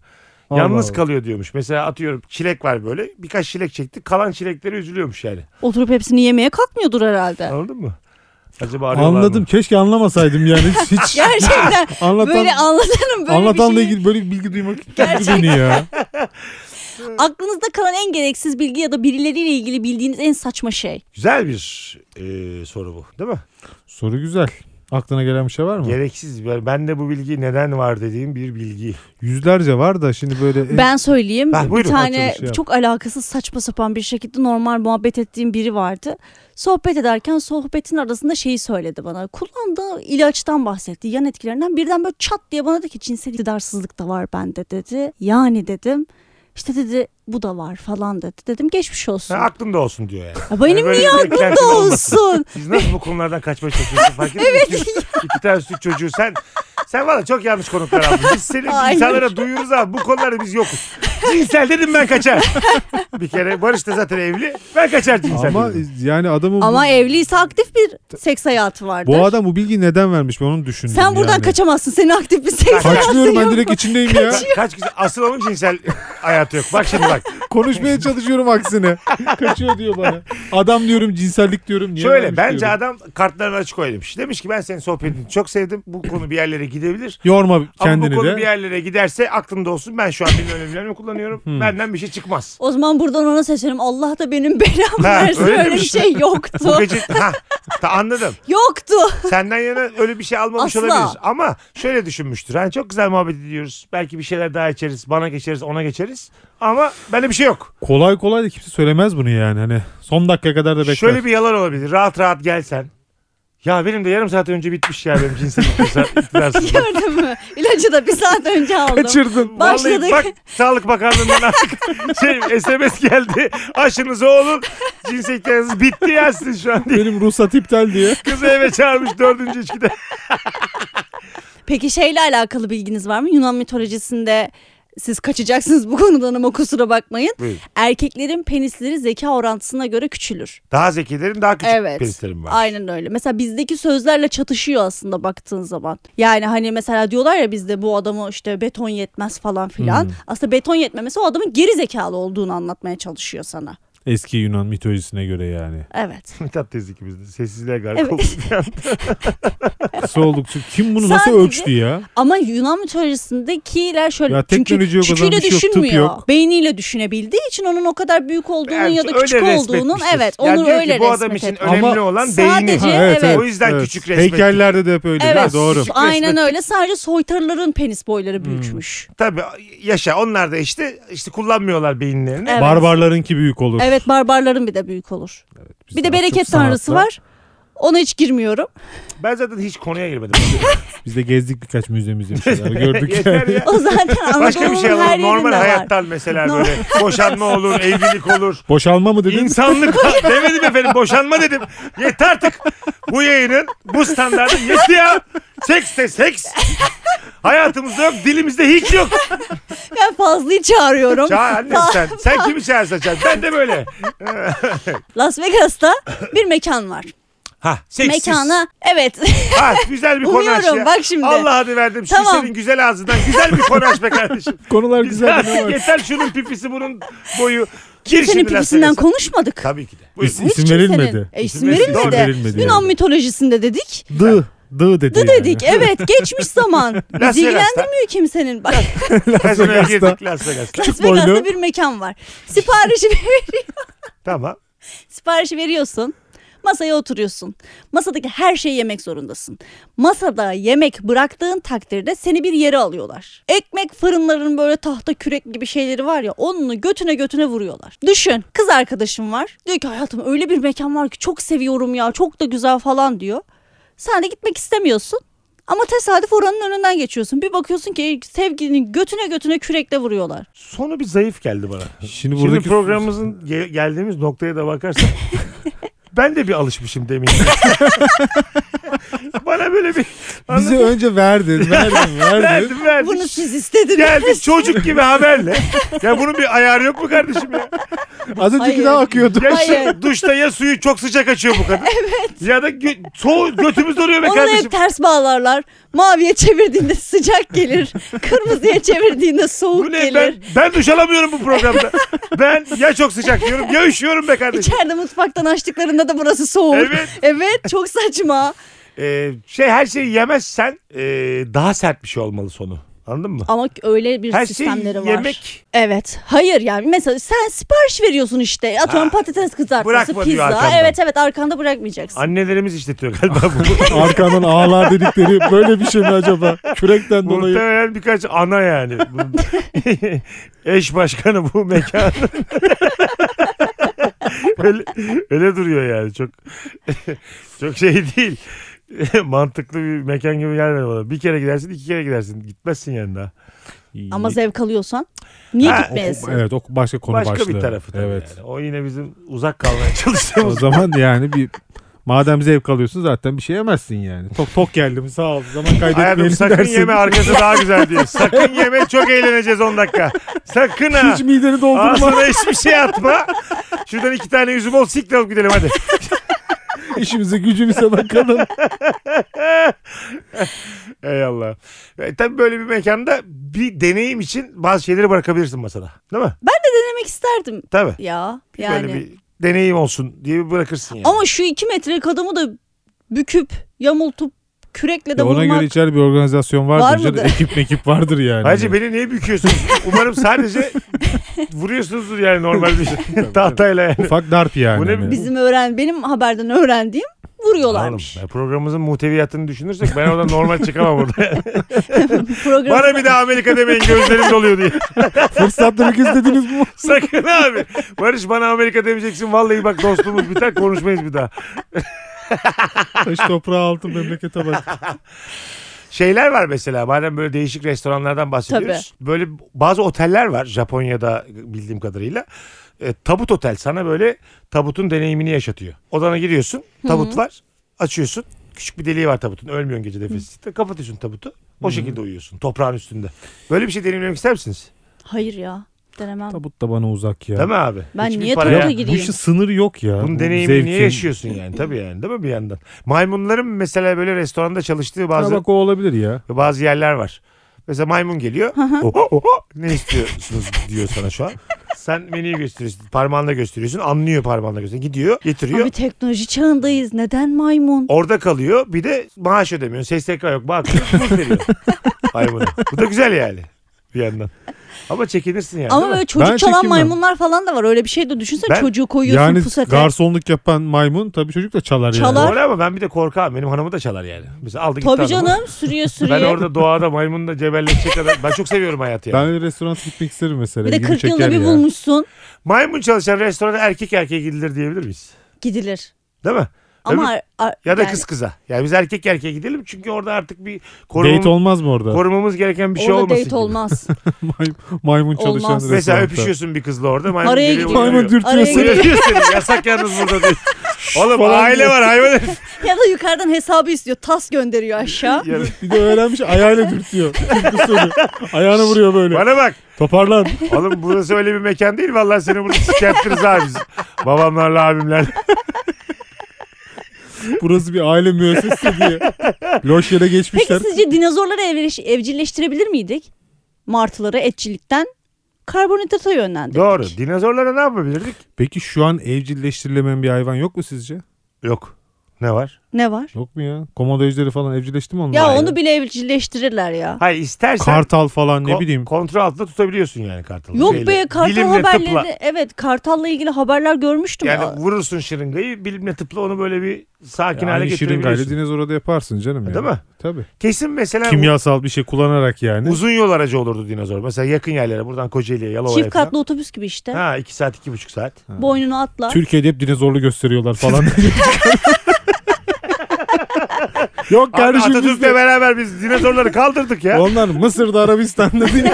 Speaker 5: Allah
Speaker 4: Yalnız
Speaker 5: Allah.
Speaker 4: kalıyor diyormuş. Mesela atıyorum çilek var böyle. Birkaç çilek çekti. Kalan çilekleri üzülüyormuş yani.
Speaker 3: Oturup hepsini yemeye kalkmıyordur herhalde.
Speaker 4: Anladın mı? Acaba arıyorlar
Speaker 5: Anladım.
Speaker 4: mı?
Speaker 5: Keşke anlamasaydım yani. Hiç, hiç
Speaker 3: Gerçekten
Speaker 5: anlatan,
Speaker 3: böyle anlatanım böyle
Speaker 5: anlatanla
Speaker 3: bir şey.
Speaker 5: ilgili böyle bir bilgi duymak kötü beni ya.
Speaker 3: Aklınızda kalan en gereksiz bilgi ya da birileriyle ilgili bildiğiniz en saçma şey.
Speaker 4: Güzel bir e, soru bu değil mi?
Speaker 5: Soru güzel. Aklına gelen bir şey var mı?
Speaker 4: Gereksiz. Ben ben de bu bilgi neden var dediğim bir bilgi.
Speaker 5: Yüzlerce var da şimdi böyle e,
Speaker 3: Ben söyleyeyim.
Speaker 4: Ee, Ha, buyurun,
Speaker 3: bir tane
Speaker 5: açılış yap.
Speaker 3: çok alakasız saçma sapan bir şekilde normal muhabbet ettiğim biri vardı. Sohbet ederken sohbetin arasında şeyi söyledi bana. Kullandığı ilaçtan bahsetti. Yan etkilerinden birden böyle çat diye bana dedi ki cinsel iktidarsızlık da var bende dedi. Yani dedim. İşte dedi bu da var falan dedi. Dedim geçmiş olsun.
Speaker 4: Ha, aklında olsun diyor yani.
Speaker 3: Ya benim
Speaker 4: Ah, böyle
Speaker 3: niye
Speaker 4: bir
Speaker 3: aklımda
Speaker 4: beklentim olmasın.
Speaker 3: olsun?
Speaker 4: Biz nasıl bu konulardan kaçmaya çalışıyorsun fark ettin evet, iki, iki tane süt çocuğu sen sen valla çok yanlış konuklar aldın. Biz seni
Speaker 3: Aynen.
Speaker 4: insanlara duyuruz ama bu konularda biz yokuz. Cinsel dedim ben kaçar. bir kere Barış da zaten evli. Ben kaçar cinsel
Speaker 5: ama e,
Speaker 4: dedim.
Speaker 5: yani adamın
Speaker 3: Ama
Speaker 5: bu,
Speaker 3: evliyse aktif bir seks hayatı vardır.
Speaker 5: bu adam bu bilgiyi neden vermiş ben onu düşündüm.
Speaker 3: Sen buradan
Speaker 5: yani.
Speaker 3: kaçamazsın. Senin aktif bir seks
Speaker 5: Kaçmıyorum ben
Speaker 3: yok.
Speaker 5: direkt içindeyim ya.
Speaker 4: Kaç güzel. Asıl onun cinsel hayatı yok. Bak şimdi bak.
Speaker 5: Konuşmaya çalışıyorum aksine. Kaçıyor diyor bana. Adam diyorum cinsellik diyorum. Niye
Speaker 4: Şöyle
Speaker 5: vermiş
Speaker 4: bence
Speaker 5: diyorum.
Speaker 4: adam kartlarını açık oynamış. Demiş ki ben senin sohbetini çok sevdim. Bu konu bir yerlere gidebilir.
Speaker 5: Yorma
Speaker 4: ama bu
Speaker 5: kendini
Speaker 4: konu bir
Speaker 5: de.
Speaker 4: yerlere giderse aklımda olsun. Ben şu an benim önlemlerimi kullanıyorum.
Speaker 5: Hmm.
Speaker 4: Benden bir şey çıkmaz.
Speaker 3: O zaman buradan ona seslenirim. Allah da benim belamı
Speaker 4: Ha,
Speaker 3: versin.
Speaker 4: öyle
Speaker 3: Öyle, bir
Speaker 4: demiş.
Speaker 3: şey
Speaker 4: Bu
Speaker 3: yoktu.
Speaker 4: gece ha ta anladım.
Speaker 3: yoktu.
Speaker 4: Senden yana öyle bir şey almamış
Speaker 3: Asla.
Speaker 4: olabilir. Ama şöyle düşünmüştür. Hani çok güzel muhabbet ediyoruz. Belki bir şeyler daha içeriz. Bana geçeriz, ona geçeriz. Ama bende bir şey yok.
Speaker 5: Kolay kolay da kimse söylemez bunu yani. Hani son dakikaya kadar da bekler.
Speaker 4: Şöyle bir yalan olabilir. Rahat rahat gelsen. Ya benim de yarım saat önce bitmiş ya benim cinsel iktidarsızlık.
Speaker 3: Gördün mü? İlacı da bir saat önce aldım.
Speaker 5: kaçırdın.
Speaker 3: Başladık.
Speaker 4: Vallahi bak Sağlık Bakanlığı'ndan artık şey, SMS geldi. Aşınız olun. Cinsel iktidarsız bitti ya sizin şu an diye.
Speaker 5: Benim ruhsat iptal diye.
Speaker 4: Kızı eve çağırmış dördüncü içkide.
Speaker 3: Peki şeyle alakalı bilginiz var mı? Yunan mitolojisinde siz kaçacaksınız bu konudan ama kusura bakmayın.
Speaker 4: Buyurun.
Speaker 3: Erkeklerin penisleri zeka orantısına göre küçülür.
Speaker 4: Daha zekilerin daha küçük
Speaker 3: Evet.
Speaker 4: penislerim var.
Speaker 3: Aynen öyle. Mesela bizdeki sözlerle çatışıyor aslında baktığın zaman. Yani hani mesela diyorlar ya bizde bu adamı işte beton
Speaker 4: Hmm.
Speaker 3: yetmez falan filan. Aslında beton yetmemesi o adamın geri zekalı olduğunu anlatmaya çalışıyor sana.
Speaker 5: Eski Yunan mitolojisine göre yani.
Speaker 3: Evet.
Speaker 4: Mithat teyze ikimiz de sessizliğe gark
Speaker 3: Evet.
Speaker 4: olduk.
Speaker 5: Kısa oldukça kim bunu nasıl
Speaker 3: Sadece-
Speaker 5: ölçtü ya?
Speaker 3: Ama Yunan mitolojisindekiler şöyle
Speaker 5: Ya teknoloji
Speaker 3: çünkü
Speaker 5: yok, o zaman
Speaker 3: çüküyle
Speaker 5: bir şey yok, tıp
Speaker 3: düşünmüyor.
Speaker 5: yok.
Speaker 3: Beyniyle düşünebildiği için onun o kadar büyük olduğunun
Speaker 4: Yani
Speaker 3: ya da
Speaker 4: öyle
Speaker 3: küçük olduğunun
Speaker 4: resmetmiştir.
Speaker 3: evet
Speaker 4: Yani
Speaker 3: onu
Speaker 4: diyor ki,
Speaker 3: öyle
Speaker 4: Bu adam
Speaker 3: resmet
Speaker 4: için
Speaker 3: etmiş.
Speaker 4: önemli
Speaker 5: Ama
Speaker 4: olan beynini.
Speaker 3: sadece- evet.
Speaker 4: O yüzden küçük resmettik.
Speaker 5: Heykellerde de hep öyle. değil mi?
Speaker 3: Evet.
Speaker 5: Doğru.
Speaker 4: küçük
Speaker 3: Aynen
Speaker 4: resmettik.
Speaker 3: öyle. Sadece soytarıların penis
Speaker 4: Hmm.
Speaker 3: boyları büyütmüş.
Speaker 4: Tabii yaşa onlar da işte işte kullanmıyorlar beyinlerini.
Speaker 3: Evet.
Speaker 5: Barbarlarınki büyük olur.
Speaker 3: Evet barbarların bir de büyük olur.
Speaker 5: Biz
Speaker 3: Bir de
Speaker 5: daha çok
Speaker 3: bereket
Speaker 5: sanatla-
Speaker 3: tanrısı var. Ona hiç girmiyorum.
Speaker 4: Ben zaten hiç konuya girmedim.
Speaker 5: Biz de gezdik birkaç müze müze bir şeyler gördük.
Speaker 4: Yeter ya.
Speaker 3: O zaten
Speaker 4: Başka bir
Speaker 3: Anadolu'nun
Speaker 4: şey
Speaker 3: her
Speaker 4: alalım.
Speaker 3: yerinde
Speaker 4: Normal
Speaker 3: var.
Speaker 4: hayattan mesela böyle boşanma olur, evlilik olur.
Speaker 5: Boşalma mı dedin?
Speaker 4: İnsanlık demedim efendim boşanma dedim. Yeter artık bu yayının bu standartı yetti ya. Seks de seks. Hayatımızda yok dilimizde hiç yok.
Speaker 3: Ben Fazlı'yı çağırıyorum.
Speaker 4: Çağır annem sen. Sen kimi çağırsan çağır. Ben de böyle.
Speaker 3: Las Vegas'ta bir mekan var.
Speaker 4: Ha seksiz.
Speaker 3: Mekana evet
Speaker 4: Ha güzel bir konu aç
Speaker 3: Umuyorum,
Speaker 4: ya.
Speaker 3: bak şimdi.
Speaker 4: Allah adı verdim. Şu
Speaker 3: Tamam.
Speaker 4: senin güzel ağzından güzel bir konu aç be kardeşim.
Speaker 5: Konular güzel.
Speaker 4: Güzel. Yeter şunun pipisi bunun boyu. Gir
Speaker 3: senin
Speaker 4: şimdi Las
Speaker 3: pipisinden
Speaker 4: Vegas'a.
Speaker 3: konuşmadık.
Speaker 4: Tabii ki de. Buyurun.
Speaker 5: İsim, isim verilmedi.
Speaker 3: E, isim
Speaker 4: İsim verilmedi.
Speaker 3: verilmedi.
Speaker 5: Doğru, verilmedi
Speaker 3: Yunan
Speaker 5: yani.
Speaker 3: mitolojisinde dedik.
Speaker 5: Dı. Dı dedi.
Speaker 3: Dı
Speaker 5: yani.
Speaker 3: dedik. Evet geçmiş zaman.
Speaker 4: Vegas'ta.
Speaker 3: Bizi ilgilendirmiyor kimsenin. Bak
Speaker 4: Las Vegas'a
Speaker 5: Vegas'ta.
Speaker 4: girdik Las Vegas'ta.
Speaker 3: Las
Speaker 5: boylu.
Speaker 3: Vegas'ta bir mekan var. Siparişi
Speaker 4: Tamam.
Speaker 3: Siparişi veriyorsun. Masaya oturuyorsun. Masadaki her şeyi yemek zorundasın. Masada yemek bıraktığın takdirde seni bir yere alıyorlar. Ekmek fırınların böyle tahta kürek gibi şeyleri var ya onunla götüne götüne vuruyorlar. Düşün kız arkadaşım var. Diyor ki hayatım öyle bir mekan var ki çok seviyorum ya çok da güzel falan diyor. Sen de gitmek istemiyorsun. Ama tesadüf oranın önünden geçiyorsun. Bir bakıyorsun ki sevgilinin götüne götüne kürekle vuruyorlar.
Speaker 4: Sonu bir zayıf geldi bana.
Speaker 5: Şimdi
Speaker 4: Şimdi
Speaker 5: buradaki
Speaker 4: programımızın ge- geldiğimiz noktaya da bakarsan ben de bir alışmışım demin. bana böyle bir
Speaker 5: bize
Speaker 4: anladın mı?
Speaker 5: önce verdin, verdin, verdin.
Speaker 4: verdim verdim.
Speaker 3: Bunu siz istediniz.
Speaker 4: Geldik çocuk gibi haberle. Ya bunun bir ayarı yok mu kardeşim ya?
Speaker 5: Az önceki
Speaker 3: Hayır.
Speaker 5: daha akıyordu.
Speaker 4: Ya şu-
Speaker 3: Hayır.
Speaker 4: duşta ya suyu çok sıcak açıyor bu kadın. evet. Ya da gö- soğuk götümüz donuyor be
Speaker 3: Onu da
Speaker 4: kardeşim.
Speaker 3: hep ters bağlarlar. Maviye çevirdiğinde sıcak gelir. Kırmızıya çevirdiğinde soğuk
Speaker 4: Bu ne
Speaker 3: gelir.
Speaker 4: ben, ben duş alamıyorum bu programda. ben ya çok sıcak diyorum ya üşüyorum be kardeşim.
Speaker 3: İçeride mutfaktan açtıklarında da burası soğuk.
Speaker 4: Evet.
Speaker 3: Evet, çok saçma.
Speaker 4: Ee, şey her şeyi yemezsen ee, daha sert bir şey olmalı sonu. Anladın mı?
Speaker 3: Ama öyle bir
Speaker 4: Her şey
Speaker 3: sistemleri var.
Speaker 4: yemek.
Speaker 3: Evet. Hayır yani mesela sen sipariş veriyorsun işte. Atıyorum patates kızartması,
Speaker 4: bırakma diyor
Speaker 3: pizza.
Speaker 4: arkandan.
Speaker 3: Evet evet arkanda bırakmayacaksın.
Speaker 4: Annelerimiz işletiyor galiba bu.
Speaker 5: Arkandan ağlar dedikleri böyle bir şey mi acaba? Kürekten dolayı.
Speaker 4: Muhtemelen birkaç ana yani. Bu- Eş başkanı bu mekanın. öyle, öyle duruyor yani çok çok şey değil. Mantıklı bir mekan gibi gelmedi bana. Bir kere gidersin, iki kere gidersin. Gitmezsin yani daha.
Speaker 3: Ama zevk alıyorsan niye
Speaker 4: Ha,
Speaker 3: gitmeyesin?
Speaker 5: Evet o başka konu
Speaker 4: Başka
Speaker 5: başlığı.
Speaker 4: bir tarafı tabii
Speaker 5: Evet.
Speaker 4: yani. O yine bizim uzak kalmaya
Speaker 5: O
Speaker 4: çalıştığımız.
Speaker 5: zaman yani bir madem zevk alıyorsun zaten bir şey yemezsin yani. Tok tok geldim sağ ol. Zaman
Speaker 4: Hayatım
Speaker 5: kaybetmeyelim
Speaker 4: sakın
Speaker 5: dersin.
Speaker 4: yeme arkası daha güzel diye. Sakın yeme çok eğleneceğiz 10 dakika. Sakın ha.
Speaker 5: Hiç mideni doldurma.
Speaker 4: Ağzına hiçbir şey atma. Şuradan iki tane üzüm ol siktir alıp gidelim hadi.
Speaker 5: İşimize gücümüze bakalım.
Speaker 4: Ey Allah. E, tabii böyle bir mekanda bir deneyim için bazı şeyleri bırakabilirsin masada. Değil mi?
Speaker 3: Denemek isterdim
Speaker 4: Tabii.
Speaker 3: ya.
Speaker 4: Böyle
Speaker 3: Yani.
Speaker 4: bir deneyim olsun diye bir bırakırsın yani.
Speaker 3: Ama şu iki metrelik adamı da büküp yamultup kürekle de
Speaker 5: Ya ona
Speaker 3: vurmak.
Speaker 5: göre içeride bir organizasyon vardır.
Speaker 3: Var
Speaker 5: canım.
Speaker 3: mıdır?
Speaker 5: Ekip mekip vardır yani. Hani
Speaker 4: Hacı beni niye büküyorsunuz? Umarım sadece vuruyorsunuzdur yani normal bir şey. tahtayla yani.
Speaker 5: Ufak darp yani.
Speaker 4: Bu ne-
Speaker 5: Yani.
Speaker 3: Bizim öğren benim haberden öğrendiğim vuruyorlarmış.
Speaker 4: Oğlum, ben programımızın muhteviyatını düşünürsek ben oradan normal çıkamam burada.
Speaker 3: Program
Speaker 4: Bana bir daha Amerika demeyin gözlerim doluyor diye.
Speaker 5: Fırsatları gizlediniz bu.
Speaker 4: Sakın abi. Barış bana Amerika demeyeceksin. Vallahi bak dostluğumuz biter konuşmayız bir daha.
Speaker 5: Taş toprağı altın memlekete bak.
Speaker 4: Şeyler var mesela madem böyle değişik restoranlardan bahsediyoruz. Böyle bazı oteller var Japonya'da bildiğim kadarıyla. E, tabut otel sana böyle tabutun deneyimini yaşatıyor. Odana giriyorsun tabut var açıyorsun. Küçük bir deliği var tabutun ölmüyorsun gece nefeslikte. Kapatıyorsun tabutu o şekilde uyuyorsun toprağın üstünde. Böyle bir şey deneyimlemek ister misiniz?
Speaker 3: Hayır ya. Denemem.
Speaker 5: Tabut da bana uzak ya.
Speaker 4: Değil mi abi?
Speaker 3: Ben
Speaker 4: Hiçbir
Speaker 3: niye
Speaker 4: paraya-
Speaker 3: tabuta
Speaker 5: Ya bu
Speaker 3: gireyim?
Speaker 5: işin sınırı yok ya.
Speaker 4: Bunun
Speaker 5: Bu
Speaker 4: deneyimini niye
Speaker 5: zevkin.
Speaker 4: yaşıyorsun yani tabii yani değil mi bir yandan? Maymunların mesela böyle restoranda çalıştığı bazı
Speaker 5: Ha bak o olabilir ya.
Speaker 4: bazı yerler var. Mesela maymun geliyor. "Oh, oh, oh, ne istiyorsunuz diyor sana şu an. Sen menüyü gösteriyorsun. Parmağınla gösteriyorsun. Anlıyor parmağınla gösteriyorsun. Gidiyor getiriyor.
Speaker 3: Abi teknoloji çağındayız. Neden maymun?
Speaker 4: Orada kalıyor. Bir de maaş ödemiyorsun. SSK yok. Bak buz veriyor. Maymuna. Bu da güzel yani. Bir yandan. Ama çekinirsin yani.
Speaker 3: Ama böyle çocuk
Speaker 5: Ben
Speaker 3: çalan
Speaker 5: çekinmem.
Speaker 3: maymunlar falan da var. Öyle bir şey de düşünsene
Speaker 4: Ben-
Speaker 3: çocuğu koyuyorsun
Speaker 5: Yani
Speaker 3: pusete.
Speaker 5: garsonluk yapan maymun tabii çocuk da çalar, yani.
Speaker 3: Çalar.
Speaker 4: Doğru ama ben bir de korkağım. Benim hanımı da çalar yani. Mesela aldı gitti
Speaker 3: Tabii
Speaker 4: hanımı.
Speaker 3: canım sürüye sürüye.
Speaker 4: Ben orada doğada maymunla cebelleşecek kadar. Ben çok seviyorum hayatı yani.
Speaker 5: Ben öyle restorana gitmek isterim mesela.
Speaker 3: bir de
Speaker 5: İlgimi
Speaker 3: 40 yılda
Speaker 5: çeker
Speaker 3: bir
Speaker 5: ya.
Speaker 3: bulmuşsun.
Speaker 4: Maymun çalışan restorana erkek erkeğe gidilir diyebilir miyiz?
Speaker 3: Gidilir.
Speaker 4: Değil mi?
Speaker 3: Ama
Speaker 4: Öbür-
Speaker 3: ar-
Speaker 4: ya da
Speaker 3: yani
Speaker 4: kız kıza. Yani biz erkek erkeğe gidelim çünkü orada artık bir
Speaker 5: Date
Speaker 4: korumam-
Speaker 5: olmaz mı orada?
Speaker 4: korumamız gereken bir şey
Speaker 3: orada
Speaker 4: olmasın.
Speaker 3: date
Speaker 4: gibi.
Speaker 3: olmaz.
Speaker 5: May- maymun çalışan
Speaker 3: Olmaz.
Speaker 5: restoranda.
Speaker 4: Mesela öpüşüyorsun bir kızla orada. Maymun
Speaker 3: Araya
Speaker 4: geliyor,
Speaker 3: gidiyor.
Speaker 5: Maymun
Speaker 4: uyarıyor.
Speaker 5: dürtüyor
Speaker 3: Araya
Speaker 5: seni.
Speaker 3: gidiyor.
Speaker 4: Uyarıyor seni. Yasak yalnız burada diyor. Oğlum
Speaker 5: Falan
Speaker 4: aile
Speaker 5: diyor.
Speaker 4: var hayvan. herif.
Speaker 3: ya da yukarıdan hesabı istiyor. Tas gönderiyor aşağı.
Speaker 4: Yani
Speaker 5: bir de öğrenmiş ayağıyla dürtüyor. Dürtüsünü. Ayağına vuruyor böyle.
Speaker 4: Bana bak.
Speaker 5: Toparlan.
Speaker 4: Oğlum burası öyle bir mekan değil. Vallahi seni burada sikertiriz abi biz. Babamlarla abimler.
Speaker 5: Burası bir aile müessesesi diye. Loş yere
Speaker 3: Peki
Speaker 5: geçmişler.
Speaker 3: sizce dinozorları evleş- evcilleştirebilir miydik? Martıları etçilikten karbonhidrata yönlendirdik.
Speaker 4: Doğru. Dinozorlara ne yapabilirdik?
Speaker 5: Peki şu an evcilleştirilemeyen bir hayvan yok mu sizce?
Speaker 4: Yok. Ne var?
Speaker 3: Ne var?
Speaker 5: Yok mu ya? Komodo ejderi falan evcilleşti mi onlar?
Speaker 3: Ya onu bile evcilleştirirler ya.
Speaker 4: Hayır istersen
Speaker 5: Kartal falan ne
Speaker 4: ko-
Speaker 5: bileyim.
Speaker 4: kontrol altında tutabiliyorsun yani kartalı.
Speaker 3: Yok
Speaker 4: Şeyle.
Speaker 3: be kartal
Speaker 4: Dilimle
Speaker 3: haberleri.
Speaker 4: tıpla.
Speaker 3: Evet kartalla ilgili haberler görmüştüm.
Speaker 4: Yani
Speaker 3: ya.
Speaker 4: vurursun şırıngayı bilimle tıpla onu böyle bir sakin hale
Speaker 5: Yani şirin gayri
Speaker 4: getirebiliyorsun. E,
Speaker 5: dinozora da yaparsın canım ya.
Speaker 4: Değil mi?
Speaker 5: Tabii.
Speaker 4: Kesin mesela
Speaker 5: Kimyasal bir şey kullanarak yani.
Speaker 4: uzun yol aracı olurdu dinozor. Mesela yakın yerlere buradan Kocaeli'ye, Yalova'ya
Speaker 3: Çift
Speaker 4: falan.
Speaker 3: katlı otobüs gibi işte.
Speaker 4: Ha 2 saat 2,5 saat.
Speaker 3: Boynunu atla.
Speaker 5: Türkiye'de hep dinozorlu gösteriyorlar falan. Yok kardeşim biz
Speaker 4: Atatürk'le
Speaker 5: de-
Speaker 4: beraber biz dinozorları kaldırdık ya.
Speaker 5: Onlar Mısır'da Arabistan'da diye.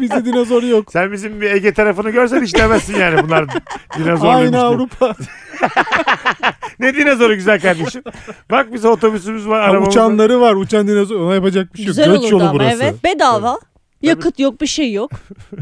Speaker 5: Bizde dinozor yok.
Speaker 4: Sen bizim bir Ege tarafını görsen işlemezsin yani bunlar dinozorluymuş.
Speaker 5: Aynı
Speaker 4: diye.
Speaker 5: Avrupa.
Speaker 4: Ne dinozoru güzel kardeşim. Bak bize otobüsümüz var arabamız var.
Speaker 5: Uçanları var. Uçan dinozor. Ona yapacak bir şey yok.
Speaker 3: Güzel
Speaker 5: Göç
Speaker 3: olurdu
Speaker 5: yolu
Speaker 3: ama
Speaker 5: burası.
Speaker 3: evet. Bedava. Yakıt yok bir şey yok.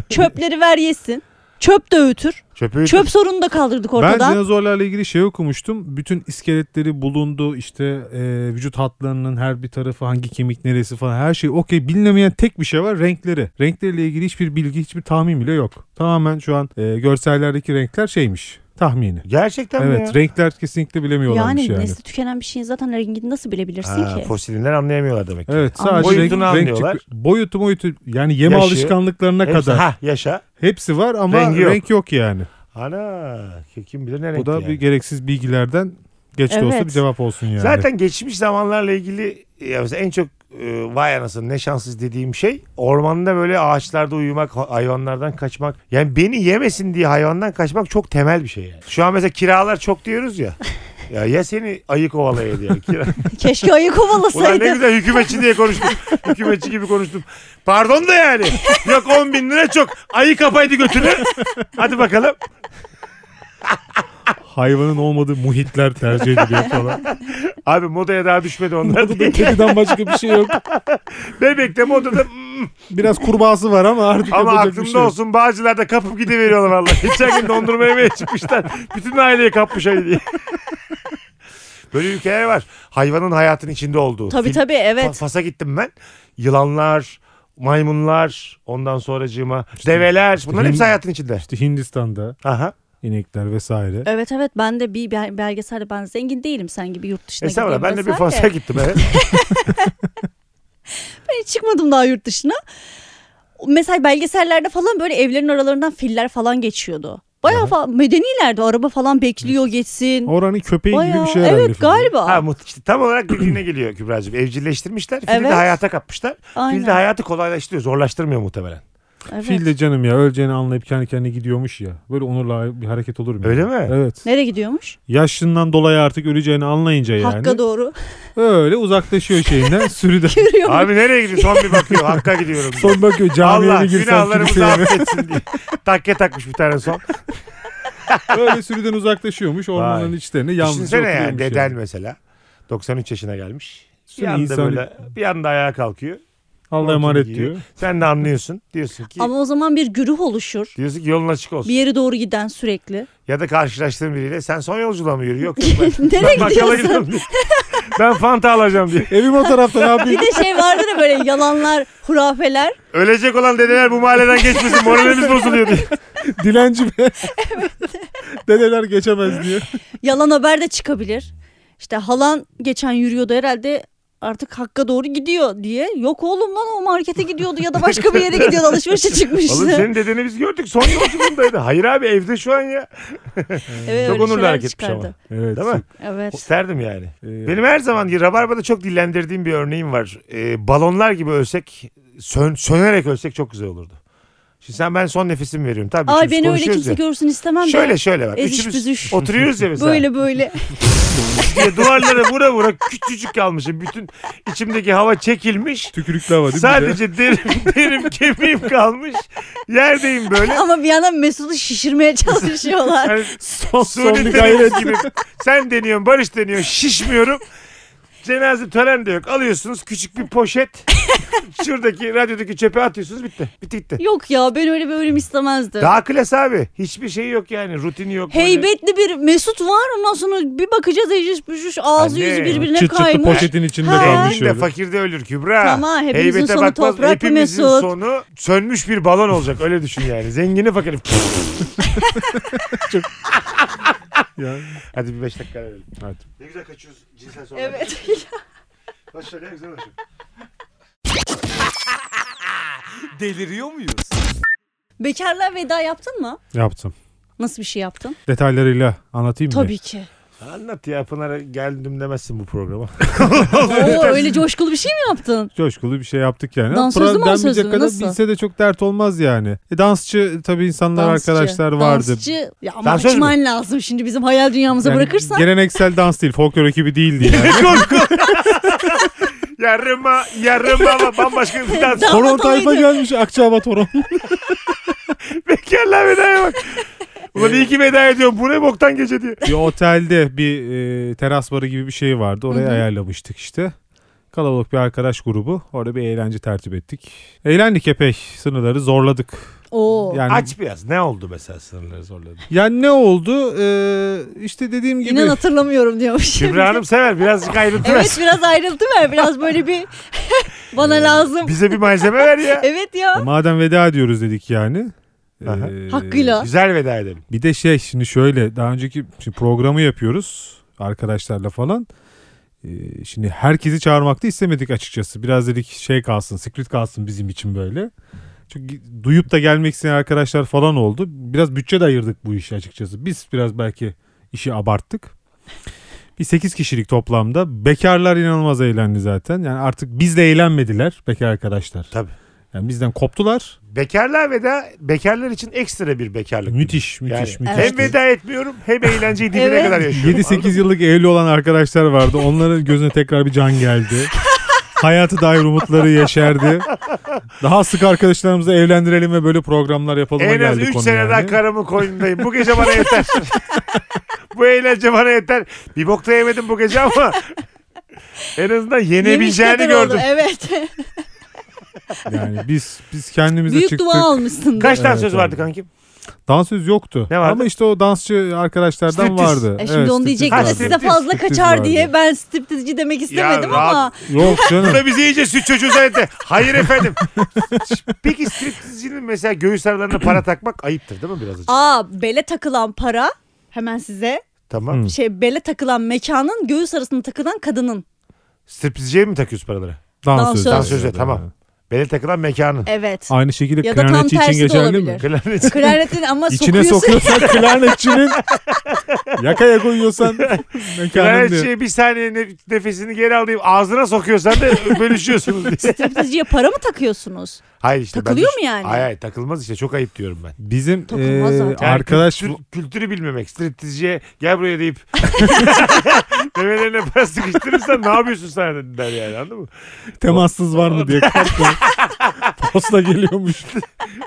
Speaker 3: Çöpleri ver yesin. Çöp de öğütür.
Speaker 4: Çöpü
Speaker 3: Çöp sorununu da kaldırdık
Speaker 5: Ben
Speaker 3: ortadan.
Speaker 5: dinozorlarla ilgili şey okumuştum. Bütün iskeletleri bulundu. İşte e, vücut hatlarının her bir tarafı hangi kemik neresi falan her şey okey. Bilinemeyen tek bir şey var renkleri. Renkleriyle ilgili hiçbir bilgi hiçbir tahmin bile yok. Tamamen şu an e, görsellerdeki renkler şeymiş tahmini.
Speaker 4: Gerçekten mi
Speaker 5: Evet
Speaker 4: ya?
Speaker 5: renkler kesinlikle bilemiyorlarmış
Speaker 3: yani,
Speaker 5: yani.
Speaker 3: nesli tükenen bir şeyin zaten rengini nasıl bilebilirsin
Speaker 4: Ha,
Speaker 3: ki?
Speaker 4: fosilinden anlayamıyorlar demek ki.
Speaker 5: Evet
Speaker 3: Anladım.
Speaker 5: sadece renk,
Speaker 4: Boyutunu
Speaker 5: renk
Speaker 4: anlıyorlar.
Speaker 5: çıkıyor. Boyutu boyutu yani yeme
Speaker 4: Yaşı,
Speaker 5: alışkanlıklarına
Speaker 4: Hepsi-
Speaker 5: kadar
Speaker 4: Ha yaşa.
Speaker 5: hepsi var ama
Speaker 4: Rengi yok.
Speaker 5: renk yok yani.
Speaker 4: Ana kim bilir ne
Speaker 5: Bu
Speaker 4: renkti
Speaker 5: da
Speaker 4: yani.
Speaker 5: bir gereksiz bilgilerden geç de olsa
Speaker 3: Evet.
Speaker 5: bir cevap olsun yani.
Speaker 4: Zaten geçmiş zamanlarla ilgili ya mesela en çok e, vay anasını ne şanssız dediğim şey ormanda böyle ağaçlarda uyumak, ha- hayvanlardan kaçmak. Yani beni yemesin diye hayvandan kaçmak çok temel bir şey yani. Şu an mesela kiralar çok diyoruz ya. Ya ya seni ayı kovalayaydı yani. Kira-
Speaker 3: Keşke ayı
Speaker 4: Ulan ne
Speaker 3: kovalasaydı.
Speaker 4: güzel hükümetçi diye konuştum. hükümetçi gibi konuştum. Pardon da yani. Yok 10 bin lira çok. Ayı kapaydı götünü. Hadi bakalım.
Speaker 5: hayvanın olmadığı muhitler tercih ediliyor falan.
Speaker 4: Abi modaya daha düşmedi onlar.
Speaker 5: Orada da kediden başka bir şey yok.
Speaker 4: Bebekte modada mm,
Speaker 5: Biraz kurbağası var ama artık
Speaker 4: Ama
Speaker 5: yapacak bir
Speaker 4: aklımda
Speaker 5: şey yok.
Speaker 4: olsun Bağcılar'da kapıp gidiveriyorlar valla. Geçen gün dondurma yemeye çıkmışlar. Bütün aileyi kapmış ayı diye. Böyle ülkeler var. Hayvanın hayatın içinde olduğu.
Speaker 3: Tabii
Speaker 4: Fil-
Speaker 3: tabii
Speaker 4: Fa-
Speaker 3: evet.
Speaker 4: Fas'a gittim ben. Yılanlar, maymunlar, ondan sonracığıma develer. Bunların
Speaker 5: benim-
Speaker 4: hepsi hayatın içinde.
Speaker 5: İşte Hindistan'da
Speaker 4: Aha.
Speaker 5: inekler vesaire.
Speaker 3: Evet evet ben de bir bel- belgeselde ben zengin değilim sen gibi yurt dışına
Speaker 4: Estağfurullah ben de bir
Speaker 3: gidiyorum
Speaker 4: Fas'a
Speaker 3: vesaire.
Speaker 4: gittim. Evet.
Speaker 3: Ben hiç çıkmadım daha yurt dışına. Mesela belgesellerde falan böyle evlerin aralarından filler falan geçiyordu. Bayağı falan medenilerdi araba falan bekliyor geçsin.
Speaker 5: Oranın köpeği gibi
Speaker 3: Bayağı,
Speaker 5: bir şey herhalde.
Speaker 3: evet
Speaker 5: falan.
Speaker 3: galiba.
Speaker 4: ha, mut- işte tam olarak dediğine geliyor Kübra'cığım. Evcilleştirmişler. Fili de
Speaker 3: Evet.
Speaker 4: hayata kapmışlar.
Speaker 3: Aynen.
Speaker 4: Fil de hayatı kolaylaştırıyor. Zorlaştırmıyor muhtemelen.
Speaker 3: Evet.
Speaker 5: Fil de canım ya öleceğini anlayıp kendi kendine gidiyormuş ya. Böyle onurla bir hareket olur mu?
Speaker 4: Öyle
Speaker 5: yani?
Speaker 4: mi?
Speaker 5: Evet.
Speaker 3: Nereye gidiyormuş?
Speaker 5: Yaşından dolayı artık öleceğini anlayınca yani.
Speaker 3: Hakka doğru.
Speaker 5: Öyle uzaklaşıyor şeyinden sürüden.
Speaker 3: Yürüyor.
Speaker 4: Abi nereye gidiyorsun? Son bir bakıyor. Hakka gidiyorum. diyor.
Speaker 5: Son bakıyor camiye
Speaker 4: Allah
Speaker 5: mi girsem
Speaker 4: günahlarımızı
Speaker 5: kiliseye mi?
Speaker 4: affetsin diye. Takke takmış bir tane son.
Speaker 5: Öyle sürüden uzaklaşıyormuş ormanın
Speaker 4: Vay.
Speaker 5: içlerine yalnız
Speaker 4: Düşünsene yani
Speaker 5: oturuyormuş.
Speaker 4: deden
Speaker 5: yani.
Speaker 4: mesela. 93 yaşına gelmiş. Bir
Speaker 5: Şimdi
Speaker 4: anda
Speaker 5: insan-
Speaker 4: böyle bir anda ayağa kalkıyor.
Speaker 5: Allah'a
Speaker 4: Montunu
Speaker 5: emanet
Speaker 4: giyiyor.
Speaker 5: diyor.
Speaker 4: Sen de anlıyorsun. Diyorsun ki
Speaker 3: Ama o zaman bir güruh oluşur.
Speaker 4: diyorsun ki yolun açık olsun.
Speaker 3: Bir yere doğru giden sürekli.
Speaker 4: Ya da karşılaştığın biriyle sen son yolculuğa mı yürüyor? Yok yok ben
Speaker 3: Nereye
Speaker 4: bakkala
Speaker 3: gidiyorsun?
Speaker 4: gidiyorum. diyor. ben fanta alacağım diye.
Speaker 5: Evim o tarafta ne yapayım?
Speaker 3: Bir de şey vardır ya böyle yalanlar, hurafeler.
Speaker 4: Ölecek olan dedeler bu mahalleden geçmesin moralimiz bozuluyor diye.
Speaker 5: Dilenci be. Dedeler geçemez diye.
Speaker 3: Yalan haber de çıkabilir. İşte halan geçen yürüyordu herhalde artık Hakk'a doğru gidiyor diye. Yok oğlum lan o markete gidiyordu ya da başka bir yere gidiyordu alışverişe
Speaker 4: Oğlum
Speaker 3: çıkmıştı.
Speaker 4: senin dedeni biz gördük son yolculuğundaydı. Hayır abi evde şu an ya.
Speaker 3: Evet,
Speaker 4: Çok
Speaker 3: öyle
Speaker 4: onurlu
Speaker 3: şeyler
Speaker 4: hareketmiş
Speaker 3: çıkardı.
Speaker 4: ama.
Speaker 5: Evet.
Speaker 4: Değil mi?
Speaker 3: Evet.
Speaker 4: İsterdim yani.
Speaker 5: Ee,
Speaker 4: Benim her zaman Rabarba'da çok dillendirdiğim bir örneğim var. Ee, balonlar gibi ölsek, sön, sönerek ölsek çok güzel olurdu. Şimdi sen ben son nefesimi veriyorum. Tabii
Speaker 3: Ay
Speaker 4: üçümüz
Speaker 3: beni öyle
Speaker 4: konuşuyoruz
Speaker 3: kimse
Speaker 4: ya.
Speaker 3: görsün istemem be.
Speaker 4: Şöyle şöyle bak.
Speaker 3: Eziş
Speaker 4: üçümüz
Speaker 3: büzüş.
Speaker 4: oturuyoruz ya mesela.
Speaker 3: Böyle böyle.
Speaker 4: Diye duvarlara vura vura küçücük kalmışım. Bütün içimdeki hava çekilmiş.
Speaker 5: tükürüklü hava değil mi?
Speaker 4: Sadece derim, derim kemiğim kalmış. Yerdeyim böyle.
Speaker 3: Ama bir yandan Mesut'u şişirmeye çalışıyorlar.
Speaker 4: Yani
Speaker 5: son, son
Speaker 4: Suni
Speaker 5: bir
Speaker 4: gayret
Speaker 5: gayret.
Speaker 4: gibi. Sen deniyorsun, Barış deniyor. Şişmiyorum. Cenaze tören de yok. Alıyorsunuz küçük bir poşet. Şuradaki radyodaki çöpe atıyorsunuz bitti. Bitti gitti.
Speaker 3: Yok ya ben öyle bir ölüm istemezdim.
Speaker 4: Daha klas abi. Hiçbir şey yok yani. Rutini yok. böyle.
Speaker 3: Heybetli bir Mesut var ondan sonra bir bakacağız ejiş bücüş ağzı
Speaker 4: Anne,
Speaker 3: yüzü birbirine
Speaker 5: Çıt çıtı
Speaker 3: kaymış.
Speaker 5: poşetin içinde
Speaker 3: Ha.
Speaker 5: kalmış
Speaker 4: Zengin de
Speaker 5: öyle.
Speaker 4: fakir de ölür Kübra.
Speaker 3: Tamam, hepimizin sonu toprak mı
Speaker 4: Hepimizin
Speaker 3: Mesut?
Speaker 4: sonu sönmüş bir balon olacak. Öyle düşün yani. Zengini fakiri.
Speaker 5: Ya.
Speaker 4: Hadi bir beş dakika verelim.
Speaker 5: Hadi.
Speaker 4: Ne güzel kaçıyoruz cinsel sorular.
Speaker 3: Evet.
Speaker 4: Baş şöyle güzel başlıyor.
Speaker 2: Deliriyor muyuz?
Speaker 3: Bekarlığa veda yaptın mı?
Speaker 5: Yaptım.
Speaker 3: Nasıl bir şey yaptın?
Speaker 5: Detaylarıyla anlatayım mı?
Speaker 3: Tabii ki.
Speaker 4: Anlat ya Pınar'a geldim demezsin bu programa.
Speaker 3: Oo, öyle coşkulu bir şey mi yaptın?
Speaker 5: coşkulu bir şey yaptık yani.
Speaker 3: Dans sözü mü, o
Speaker 5: Pra- denmeyecek
Speaker 3: sözü mü?
Speaker 5: kadar
Speaker 3: Nasıl?
Speaker 5: Bilse de çok dert olmaz yani. E, dansçı tabii insanlar
Speaker 3: Dansçı,
Speaker 5: arkadaşlar vardı.
Speaker 3: Dansçı. Ya ama
Speaker 4: Dansöz mü?
Speaker 3: açman lazım şimdi bizim hayal dünyamıza
Speaker 5: Yani
Speaker 3: bırakırsan.
Speaker 5: Geleneksel dans değil, folklor ekibi değildi yani.
Speaker 4: Yarıma yarıma ama bambaşka bir dans.
Speaker 3: Damat
Speaker 5: Toron tayfa
Speaker 3: olaydı.
Speaker 5: gelmiş Akçaabat Toron.
Speaker 4: Bekarlar vedaya bak. Ulan iyi
Speaker 5: Ee,
Speaker 4: ki veda ediyorum. Bu ne boktan gece diye.
Speaker 5: bir otelde bir e, teras barı gibi bir şey vardı. Orayı ayarlamıştık işte. Kalabalık bir arkadaş grubu. Orada bir eğlence tertip ettik. Eğlendik epey. Sınırları zorladık.
Speaker 3: Oo.
Speaker 5: Yani,
Speaker 4: Aç biraz. Ne oldu mesela sınırları zorladı?
Speaker 5: yani ne oldu? Ee, işte dediğim gibi.
Speaker 3: İnan hatırlamıyorum diyormuş.
Speaker 4: Kübra Hanım sever. Birazcık ayrıntı
Speaker 3: Evet
Speaker 4: ver.
Speaker 3: biraz ayrıntı ver. Biraz böyle bir bana
Speaker 5: Ee,
Speaker 3: lazım.
Speaker 4: Bize bir malzeme ver ya.
Speaker 3: Evet ya.
Speaker 5: Madem veda ediyoruz dedik yani. Ee,
Speaker 4: Aha.
Speaker 3: Hakkıyla.
Speaker 4: Güzel veda edelim.
Speaker 5: Bir de şey şimdi şöyle daha önceki şimdi programı yapıyoruz arkadaşlarla falan. Ee, şimdi herkesi çağırmak da istemedik açıkçası. Biraz dedik şey kalsın, script kalsın bizim için böyle. Çünkü duyup da gelmek isteyen arkadaşlar falan oldu. Biraz bütçe de ayırdık bu işe açıkçası. Biz biraz belki işi abarttık. Bir 8 kişilik toplamda. Bekarlar inanılmaz eğlendi zaten. Yani artık bizle eğlenmediler bekar arkadaşlar.
Speaker 4: Tabii.
Speaker 5: Yani bizden koptular.
Speaker 4: Bekarlar veda bekarlar için ekstra bir bekarlık.
Speaker 5: Müthiş,
Speaker 4: Yani
Speaker 5: müthiş, müthiş.
Speaker 4: Hem veda etmiyorum hem eğlenceyi dibine
Speaker 3: Evet.
Speaker 4: kadar yaşıyorum.
Speaker 5: 7-8 yıllık evli olan arkadaşlar vardı. Onların gözüne tekrar bir can geldi. Hayatı dair umutları yeşerdi. Daha sık arkadaşlarımızı evlendirelim ve böyle programlar yapalım.
Speaker 4: En az 3 sene daha karımın koynundayım. Bu gece bana yeter. bu eğlence bana yeter. Bir bok da yemedim bu gece ama en azından
Speaker 3: Yemiş
Speaker 4: yenebileceğini
Speaker 3: kadar oldu,
Speaker 4: gördüm.
Speaker 3: Evet.
Speaker 5: Yani biz biz kendimize
Speaker 3: Büyük
Speaker 5: çıktık.
Speaker 3: dua almışsın.
Speaker 4: Kaç tane
Speaker 5: Evet,
Speaker 4: söz
Speaker 5: evet.
Speaker 4: vardı kankim?
Speaker 5: Dansöz yoktu.
Speaker 4: Ne vardı?
Speaker 5: Ama işte o dansçı arkadaşlardan
Speaker 4: Striptiz.
Speaker 5: vardı.
Speaker 3: E şimdi
Speaker 5: Evet,
Speaker 3: onu
Speaker 5: striptiz
Speaker 3: diyecekler
Speaker 4: vardı.
Speaker 3: size fazla
Speaker 5: Striptiz
Speaker 3: kaçar
Speaker 5: vardı.
Speaker 3: diye ben striptizci demek istemedim
Speaker 4: rahat-
Speaker 3: ama
Speaker 5: Yok
Speaker 4: Bu
Speaker 5: canım.
Speaker 4: da bizi iyice süt çocuğu zannetti. Hayır efendim. Peki striptizcinin mesela göğüs aralarına para takmak ayıptır değil mi biraz? acaba?
Speaker 3: aa bele takılan para hemen size
Speaker 4: Tamam.
Speaker 5: Hı.
Speaker 3: şey bele takılan mekanın göğüs arasında takılan kadının.
Speaker 4: Striptizciye mi takıyoruz paraları?
Speaker 5: Dansöz.
Speaker 4: Dansözü, tamam. Bele takılan mekanın.
Speaker 3: Evet.
Speaker 5: Aynı şekilde
Speaker 3: Ya da tam
Speaker 5: klarnetçi için
Speaker 3: tersi de
Speaker 5: geçerli mi?
Speaker 3: olabilir.
Speaker 4: Klarnet.
Speaker 3: Klarnetin ama
Speaker 5: İçine
Speaker 3: sokuyorsun.
Speaker 5: sokuyorsan klarnetçinin yakaya koyuyorsan mekanın diye.
Speaker 4: Klarnetçiye bir saniye nef- nefesini geri alayım. Ağzına sokuyorsan da bölüşüyorsunuz diye.
Speaker 3: Striptizciye para mı takıyorsunuz?
Speaker 4: Hayır işte. ben
Speaker 3: Takılıyor
Speaker 4: düş-
Speaker 3: mu yani?
Speaker 4: Hayır hayır takılmaz işte çok ayıp diyorum ben.
Speaker 5: Bizim
Speaker 3: Takılmaz
Speaker 5: eee,
Speaker 3: zaten.
Speaker 4: Yani
Speaker 5: arkadaş
Speaker 4: kültür- kültürü bilmemek. Striptizciye gel buraya deyip memelerine para sıkıştırırsan ne yapıyorsun sen der yani anladın mı?
Speaker 5: temassız var mı diye korktum. Posta geliyormuş.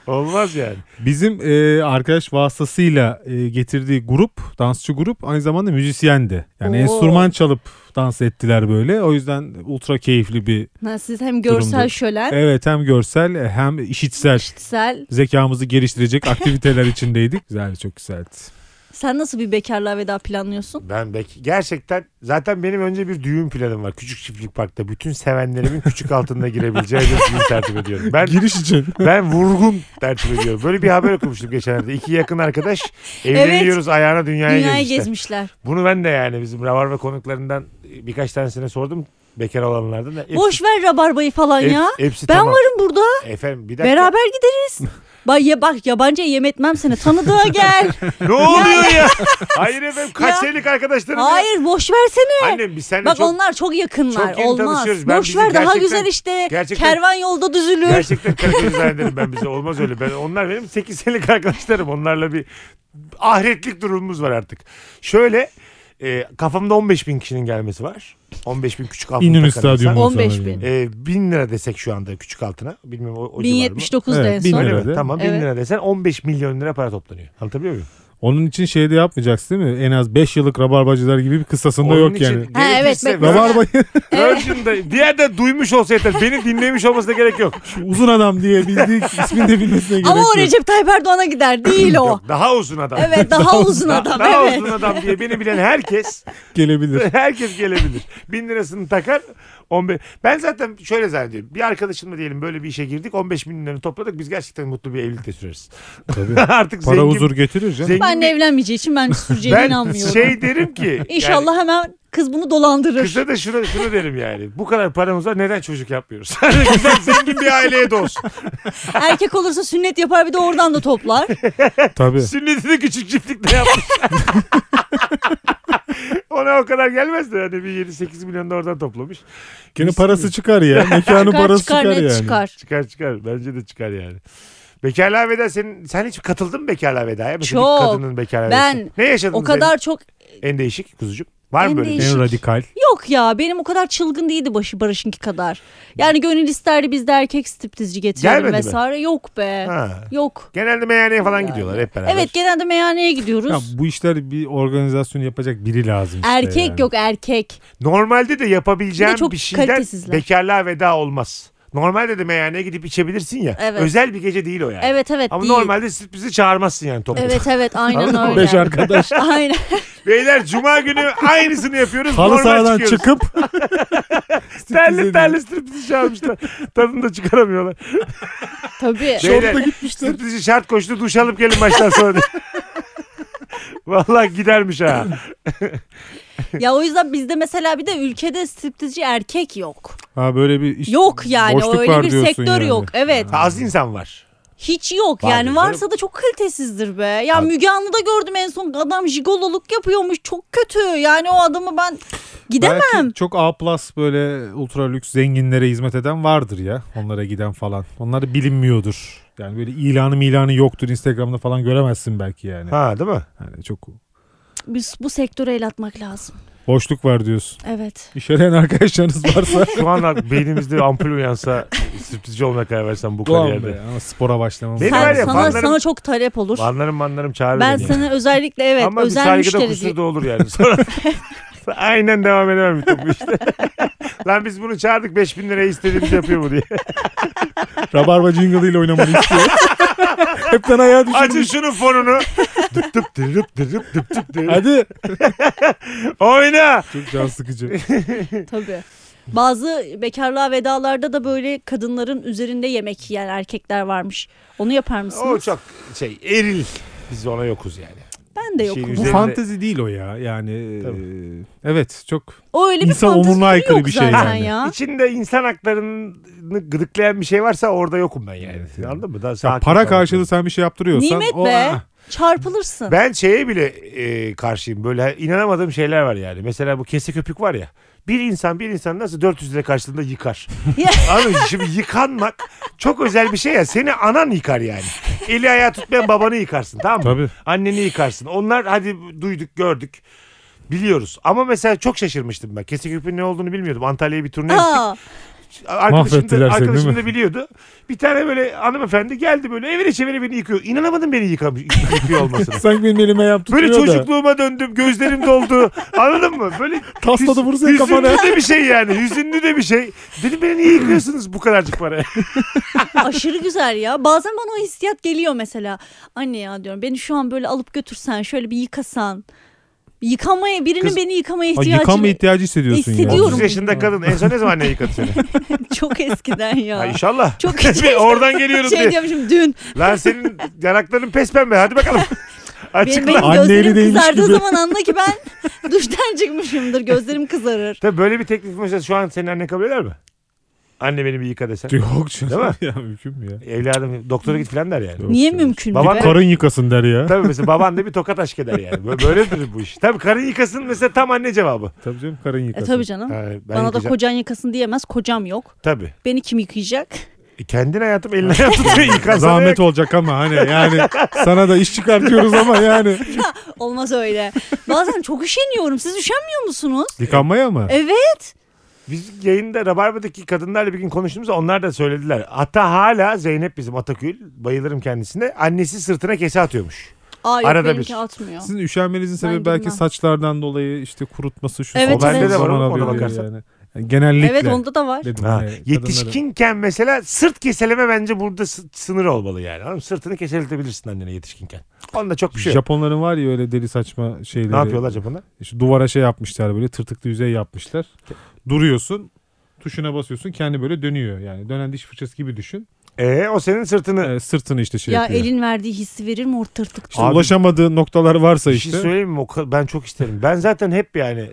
Speaker 4: Olmaz yani.
Speaker 5: Bizim eee, arkadaş vasıtasıyla eee, getirdiği grup, dansçı grup aynı zamanda müzisyendi. Yani
Speaker 3: Oo.
Speaker 5: enstrüman çalıp dans ettiler böyle. O yüzden ultra keyifli bir
Speaker 3: Ha, siz hem görsel
Speaker 5: Durumda.
Speaker 3: şölen,
Speaker 5: evet hem görsel hem işitsel
Speaker 3: işitsel.
Speaker 5: zekamızı geliştirecek aktiviteler içindeydik. Güzel çok güzeldi.
Speaker 3: Sen nasıl bir bekarlığa veda planlıyorsun?
Speaker 4: Ben bek gerçekten zaten benim önce bir düğün planım var. Küçük çiftlik parkta bütün sevenlerimin küçük altında girebileceği bir düğün tertip ediyorum. Ben
Speaker 5: Giriş için.
Speaker 4: ben vurgun tertip ediyorum. Böyle bir haber okumuştum geçenlerde. İki yakın arkadaş evleniyoruz ayağına dünyaya,
Speaker 3: Dünyayı
Speaker 4: gezmişler.
Speaker 3: gezmişler.
Speaker 4: Bunu ben de yani bizim Ravar ve konuklarından birkaç tanesine sordum. Bekar olanlardan. da. Hepsi-
Speaker 3: Boş ver rabarbayı falan
Speaker 4: hep-
Speaker 3: ya.
Speaker 4: Hepsi
Speaker 3: Ben
Speaker 4: tamam.
Speaker 3: varım burada.
Speaker 4: Efendim bir dakika.
Speaker 3: Beraber gideriz. Bak ya bak yabancı yem etmem seni. Tanıdığa gel.
Speaker 4: Ne oluyor ya? Hayır efendim kaç
Speaker 3: Ya.
Speaker 4: senelik arkadaşlarım ya.
Speaker 3: Hayır boş versene.
Speaker 4: Annem biz seninle
Speaker 3: Bak
Speaker 4: çok
Speaker 3: onlar çok yakınlar.
Speaker 4: çok yeni
Speaker 3: Olmaz.
Speaker 4: tanışıyoruz. Ben
Speaker 3: Boş
Speaker 4: bizi
Speaker 3: ver daha
Speaker 4: gerçekten-
Speaker 3: güzel işte.
Speaker 4: gerçekten-
Speaker 3: Kervan yolda düzülür.
Speaker 4: Gerçekten kaliteli zannederim ben bize. Olmaz öyle. Ben, onlar benim 8 senelik arkadaşlarım. Onlarla bir ahiretlik durumumuz var artık. Şöyle e, kafamda 15 bin kişinin gelmesi var. 15 bin küçük altın
Speaker 5: İnönü
Speaker 4: takan insan.
Speaker 5: Stadyumu'na
Speaker 3: 15
Speaker 5: sonra
Speaker 3: bin.
Speaker 5: yani.
Speaker 4: E, bin lira desek şu anda küçük altına. Bilmiyorum o, o civar mı?
Speaker 3: 1079 da
Speaker 5: Evet,
Speaker 3: en
Speaker 5: bin
Speaker 3: son.
Speaker 5: lira.
Speaker 4: Öyle mi?
Speaker 5: Herhalde.
Speaker 4: Tamam bin
Speaker 3: Evet.
Speaker 4: lira desen 15 milyon lira para toplanıyor. Anlatabiliyor muyum?
Speaker 5: Onun için şey de yapmayacaksın değil mi? En az 5 yıllık rabarbacılar gibi bir kıstasında
Speaker 4: Onun
Speaker 5: yok
Speaker 4: için
Speaker 5: yani.
Speaker 3: Ha, evet,
Speaker 4: gerekirse
Speaker 3: bekle. Rabar-
Speaker 5: Rabarbayı
Speaker 4: Virgin'de bir yerde duymuş olsa yeter. Beni dinlemiş olmasına gerek yok.
Speaker 5: uzun adam diye bildik ismini de bilmesine gerek
Speaker 3: Ama
Speaker 5: yok.
Speaker 3: o Recep Tayyip Erdoğan'a gider değil o.
Speaker 4: Yok, daha uzun adam.
Speaker 3: Evet daha uzun
Speaker 4: Da-
Speaker 3: adam
Speaker 4: daha
Speaker 3: evet.
Speaker 4: uzun adam diye beni bilen herkes
Speaker 5: Gelebilir.
Speaker 4: herkes gelebilir. Bin lirasını takar. 15. Ben zaten şöyle zannediyorum. Bir arkadaşımla diyelim böyle bir işe girdik. 15 bin liranı topladık. Biz gerçekten mutlu bir evlilikte süreriz.
Speaker 5: Tabii.
Speaker 4: Artık
Speaker 5: Para
Speaker 4: zengin,
Speaker 5: huzur getirir canım.
Speaker 4: zengin
Speaker 3: Ben de
Speaker 4: bir-
Speaker 3: evlenmeyeceği için ben süreceğine
Speaker 4: ben
Speaker 3: inanmıyorum.
Speaker 4: şey derim ki. yani
Speaker 3: İnşallah hemen kız bunu dolandırır.
Speaker 4: Kıza da şunu, şunu derim yani. Bu kadar paramız var neden çocuk yapmıyoruz? Güzel zengin bir aileye de olsun.
Speaker 3: Erkek olursa sünnet yapar bir de oradan da toplar.
Speaker 5: Tabii.
Speaker 4: Sünneti de küçük çiftlikte yapmış. Ona o kadar gelmezdi. Hani bir 7-8 milyon da oradan toplamış.
Speaker 5: Gene parası çıkar ya.
Speaker 3: Çıkar
Speaker 5: Mekanın parası
Speaker 3: çıkar
Speaker 5: çıkar,
Speaker 3: net
Speaker 5: yani.
Speaker 3: çıkar.
Speaker 4: Çıkar çıkar. Bence de çıkar yani. Bekarlığa veda senin sen hiç katıldın mı bekarlığa vedaya? Mesela
Speaker 3: Çok.
Speaker 4: bir kadının bekarlığa
Speaker 3: Ben-
Speaker 4: vedası. Ne yaşadın?
Speaker 3: O kadar çok
Speaker 4: En değişik kuzucuk. Var
Speaker 3: En
Speaker 4: mı böyle? bir- şey?
Speaker 3: değişik.
Speaker 5: En radikal.
Speaker 3: yok ya benim o kadar çılgın değildi başı Barış'ınki kadar. Yani gönül isterdi biz de erkek striptizci getirelim
Speaker 4: Gelmedi mi?
Speaker 3: vesaire. Yok be.
Speaker 4: Ha.
Speaker 3: Yok.
Speaker 4: Genelde meyhaneye falan
Speaker 3: Yani.
Speaker 4: gidiyorlar hep beraber.
Speaker 3: Evet genelde meyhaneye gidiyoruz.
Speaker 5: Ya bu işler bir organizasyon yapacak biri lazım işte
Speaker 3: erkek
Speaker 5: yani.
Speaker 3: yok erkek.
Speaker 4: Normalde de yapabileceğin
Speaker 3: Bir de çok
Speaker 4: bir, şeyden
Speaker 3: kalitesizler.
Speaker 4: bekarlığa veda olmaz. Normalde de meyhaneye gidip içebilirsin ya.
Speaker 3: Evet.
Speaker 4: Özel bir gece değil o yani.
Speaker 3: Evet evet
Speaker 4: Ama
Speaker 3: değil.
Speaker 4: normalde siz bizi çağırmazsın yani toplu.
Speaker 3: Evet evet aynen
Speaker 5: Anladın mı? Beş
Speaker 3: öyle.
Speaker 5: arkadaş.
Speaker 3: Aynen.
Speaker 4: Beyler cuma günü aynısını yapıyoruz.
Speaker 5: Halı
Speaker 4: normal
Speaker 5: sahadan
Speaker 4: çıkıyoruz.
Speaker 5: çıkıp
Speaker 4: Terli terli striptizi çağırmışlar. Tadını da çıkaramıyorlar.
Speaker 3: Tabii.
Speaker 4: Beyler,
Speaker 5: şortla gitmişler.
Speaker 4: Striptizci şart koştu duş alıp gelin maçtan sonra. diye. Vallahi gidermiş ha.
Speaker 3: Ya o yüzden bizde mesela bir de ülkede striptizci erkek yok.
Speaker 5: Ha böyle bir iş.
Speaker 3: Yok yani
Speaker 5: Boşluk
Speaker 3: öyle
Speaker 5: var
Speaker 3: bir
Speaker 5: diyorsun
Speaker 3: sektör
Speaker 5: yani.
Speaker 3: yok. Evet.
Speaker 4: Az insan var.
Speaker 3: Hiç yok
Speaker 4: Var
Speaker 3: yani
Speaker 4: mı?
Speaker 3: varsa da çok kalitesizdir be. Ya
Speaker 4: Abi-
Speaker 3: Müge Anlı'da gördüm en son adam jigololuk yapıyormuş çok kötü. Yani o adamı ben gidemem.
Speaker 5: Belki çok A plus böyle ultra lüks zenginlere hizmet eden vardır ya. Onlara giden falan. Onlar da bilinmiyordur. Yani böyle ilanı ilanı yoktur. Instagram'da falan göremezsin belki yani.
Speaker 4: Ha değil mi?
Speaker 5: Yani çok
Speaker 3: Biz bu sektöre el atmak lazım.
Speaker 5: boşluk var diyorsun.
Speaker 3: Evet.
Speaker 5: İş arayan arkadaşlarınız varsa.
Speaker 4: Şu an beynimizde ampul uyansa striptizci olmaya karar versem bu
Speaker 5: Ulan
Speaker 4: kariyerde.
Speaker 5: be ama spora başlamam.
Speaker 4: Benim
Speaker 3: Sen-
Speaker 4: var ya,
Speaker 3: sana,
Speaker 4: fanlarım-
Speaker 3: sana çok talep olur.
Speaker 4: Vanlarım vanlarım çağırır
Speaker 3: Ben
Speaker 4: beni.
Speaker 3: sana özellikle evet
Speaker 4: Ama bir
Speaker 3: özel
Speaker 4: saygıda
Speaker 3: müşteri
Speaker 4: kusur da olur yani. Sonra aynen devam edemem bir tek bu işte. Lan biz bunu çağırdık 5000 liraya istediğimiz yapıyor bu diye.
Speaker 5: Rabarba jingle ile oynamanı istiyor. Hepten ayağa
Speaker 4: Açın
Speaker 5: düşürmüş.
Speaker 4: şunun fonunu. Dıp dıp dırıp dırıp dıp dıp dırıp.
Speaker 5: Hadi.
Speaker 4: Oyna.
Speaker 5: Çok can sıkıcı.
Speaker 3: Tabii. Bazı bekarlığa vedalarda da böyle kadınların üzerinde yemek yiyen erkekler varmış. Onu yapar
Speaker 4: O
Speaker 3: mısınız?
Speaker 4: çok şey eril. Biz ona yokuz yani.
Speaker 3: Ben de
Speaker 4: şey
Speaker 3: yokum.
Speaker 5: Bu
Speaker 4: üzerinde-
Speaker 5: fantezi değil o ya. Yani
Speaker 4: Tabii.
Speaker 5: e, evet çok
Speaker 3: O öyle bir
Speaker 5: İnsan
Speaker 3: fantezi
Speaker 5: onuruna aykırı
Speaker 3: yok
Speaker 5: bir şey
Speaker 3: zaten
Speaker 5: yani.
Speaker 3: ya.
Speaker 4: İçinde insan haklarını gıdıklayan bir şey varsa orada yokum ben yani.
Speaker 5: Evet, yani.
Speaker 4: Anladın mı? Daha
Speaker 5: Ya
Speaker 4: sakin
Speaker 5: para
Speaker 4: kalmak
Speaker 5: karşılığı
Speaker 4: lazım.
Speaker 5: sen bir şey yaptırıyorsan
Speaker 3: Nimet
Speaker 5: o
Speaker 3: be.
Speaker 5: ah,
Speaker 3: Çarpılırsın.
Speaker 4: Ben şeye bile e, karşıyım. Böyle inanamadığım şeyler var yani. Mesela bu kese köpük var ya. Bir insan bir insan nasıl 400 lira karşılığında yıkar.
Speaker 3: Ya.
Speaker 4: Anladın mı? Şimdi yıkanmak çok özel bir şey ya. Seni anan yıkar yani. Eli ayağı tutmayan babanı yıkarsın tamam mı?
Speaker 5: Tabii.
Speaker 4: Anneni yıkarsın. Onlar hadi duyduk gördük. Biliyoruz. Ama mesela çok şaşırmıştım ben. Kese köpüğün ne olduğunu bilmiyordum. Antalya'ya bir turne gittik.
Speaker 3: Aa,
Speaker 4: Arkadaşım
Speaker 5: Mahvettiler
Speaker 4: da,
Speaker 5: seni,
Speaker 4: arkadaşım
Speaker 5: değil mi?
Speaker 4: da biliyordu. Bir tane böyle hanımefendi geldi böyle evire çevire beni yıkıyor. İnanamadım beni yıkamış, yıkıyor olmasına.
Speaker 5: Sanki benim elime yaptı.
Speaker 4: Böyle
Speaker 5: tutuyor da.
Speaker 4: çocukluğuma döndüm gözlerim doldu. Anladın mı? Böyle
Speaker 5: Tasladı vursa
Speaker 4: hüzünlü
Speaker 5: kafana.
Speaker 4: de bir şey yani. Hüzünlü de bir şey. Dedim beni niye yıkıyorsunuz bu kadarcık paraya?
Speaker 3: Aşırı güzel ya. Bazen bana o hissiyat geliyor mesela. Anne ya diyorum beni şu an böyle alıp götürsen şöyle bir yıkasan. Yıkamaya birinin
Speaker 5: Kız-
Speaker 3: beni yıkamaya
Speaker 5: Ha,
Speaker 3: ihtiyacı
Speaker 5: yıkanma ihtiyacı hissediyorsun
Speaker 3: Hissediyorum.
Speaker 5: ya.
Speaker 4: 30 yaşında kadın en son ne zaman anne yıkadı seni?
Speaker 3: çok eskiden ya.
Speaker 4: Ha, inşallah.
Speaker 3: Çok
Speaker 4: Ve Oradan geliyorum
Speaker 3: şey
Speaker 4: diye.
Speaker 3: diyormuşum dün.
Speaker 4: Lan senin yanakların pes pembe hadi bakalım.
Speaker 3: Benim,
Speaker 4: Açıkla.
Speaker 3: benim
Speaker 5: Anne eli
Speaker 3: gözlerim
Speaker 5: değmiş
Speaker 3: kızardığı
Speaker 5: gibi.
Speaker 3: zaman anla ki ben duştan çıkmışımdır. Gözlerim kızarır.
Speaker 4: Tabii böyle bir teklif mesela şu an senin annen kabul eder mi? Anne beni bir yıka desen.
Speaker 5: Yok canım.
Speaker 4: Değil mi?
Speaker 5: Ya mümkün mü ya?
Speaker 4: Evladım doktora git filan der yani.
Speaker 5: Yok
Speaker 3: Niye
Speaker 5: canım.
Speaker 3: mümkün
Speaker 4: Baban-
Speaker 3: değil?
Speaker 5: Karın yıkasın der ya.
Speaker 4: Tabii mesela baban da bir tokat aşk eder yani. Böyle, böyledir bu iş. Tabii karın yıkasın mesela tam anne cevabı.
Speaker 5: Tabii canım karın
Speaker 3: E
Speaker 5: yıkasın.
Speaker 3: tabii canım.
Speaker 4: Ha, ben
Speaker 3: Bana da
Speaker 4: yıkayacağım.
Speaker 3: kocan yıkasın diyemez. Kocam yok.
Speaker 4: Tabii.
Speaker 3: Beni kim yıkayacak?
Speaker 4: E, kendin hayatım eline hayatım yıkasana.
Speaker 5: Zahmet olacak ama hani yani sana da iş çıkartıyoruz ama yani.
Speaker 3: Olmaz öyle. Bazen çok üşeniyorum. Siz üşenmiyor musunuz?
Speaker 5: Yıkanmaya mı?
Speaker 3: Evet.
Speaker 4: Biz yayında Rabarba'daki kadınlarla bir gün konuştuğumuzda onlar da söylediler. Hatta hala Zeynep bizim Atakül bayılırım kendisine. Annesi sırtına kese atıyormuş.
Speaker 3: Aa yok
Speaker 4: Arada
Speaker 3: benimki
Speaker 4: bir.
Speaker 3: atmıyor.
Speaker 5: Sizin üşenmenizin sebebi
Speaker 3: Ben
Speaker 5: belki
Speaker 3: bilmem.
Speaker 5: saçlardan dolayı işte kurutması şu
Speaker 3: Evet,
Speaker 5: su-
Speaker 3: evet.
Speaker 5: zaman
Speaker 3: Bende de
Speaker 4: var oğlum, ona
Speaker 5: alıyor diye
Speaker 4: bakarsan.
Speaker 5: Yani. Yani genellikle.
Speaker 3: Evet onda da var.
Speaker 5: Dedim
Speaker 4: Ha,
Speaker 5: hani kadınları-
Speaker 4: yetişkinken mesela sırt keseleme bence burada sı- sınır olmalı yani. Anladın mı? Sırtını keseltebilirsin annene yetişkinken. Onda çok bir şey yok.
Speaker 5: Japonların var ya öyle deli saçma şeyleri.
Speaker 4: Ne yapıyorlar Japonlar?
Speaker 5: İşte duvara şey yapmışlar böyle tırtıklı yüzey yapmışlar. Duruyorsun tuşuna basıyorsun kendi böyle dönüyor yani dönen diş fırçası gibi düşün.
Speaker 4: Ee, o senin sırtını.
Speaker 5: Ee, sırtını işte şey
Speaker 3: ya
Speaker 5: yapıyor.
Speaker 3: elin verdiği hissi verir mi o tırtıkta?
Speaker 5: İşte
Speaker 4: Abi-
Speaker 5: ulaşamadığı noktalar varsa
Speaker 4: Bir şey
Speaker 5: işte.
Speaker 4: söyleyeyim mi? O ka- Ben çok isterim. Ben zaten hep yani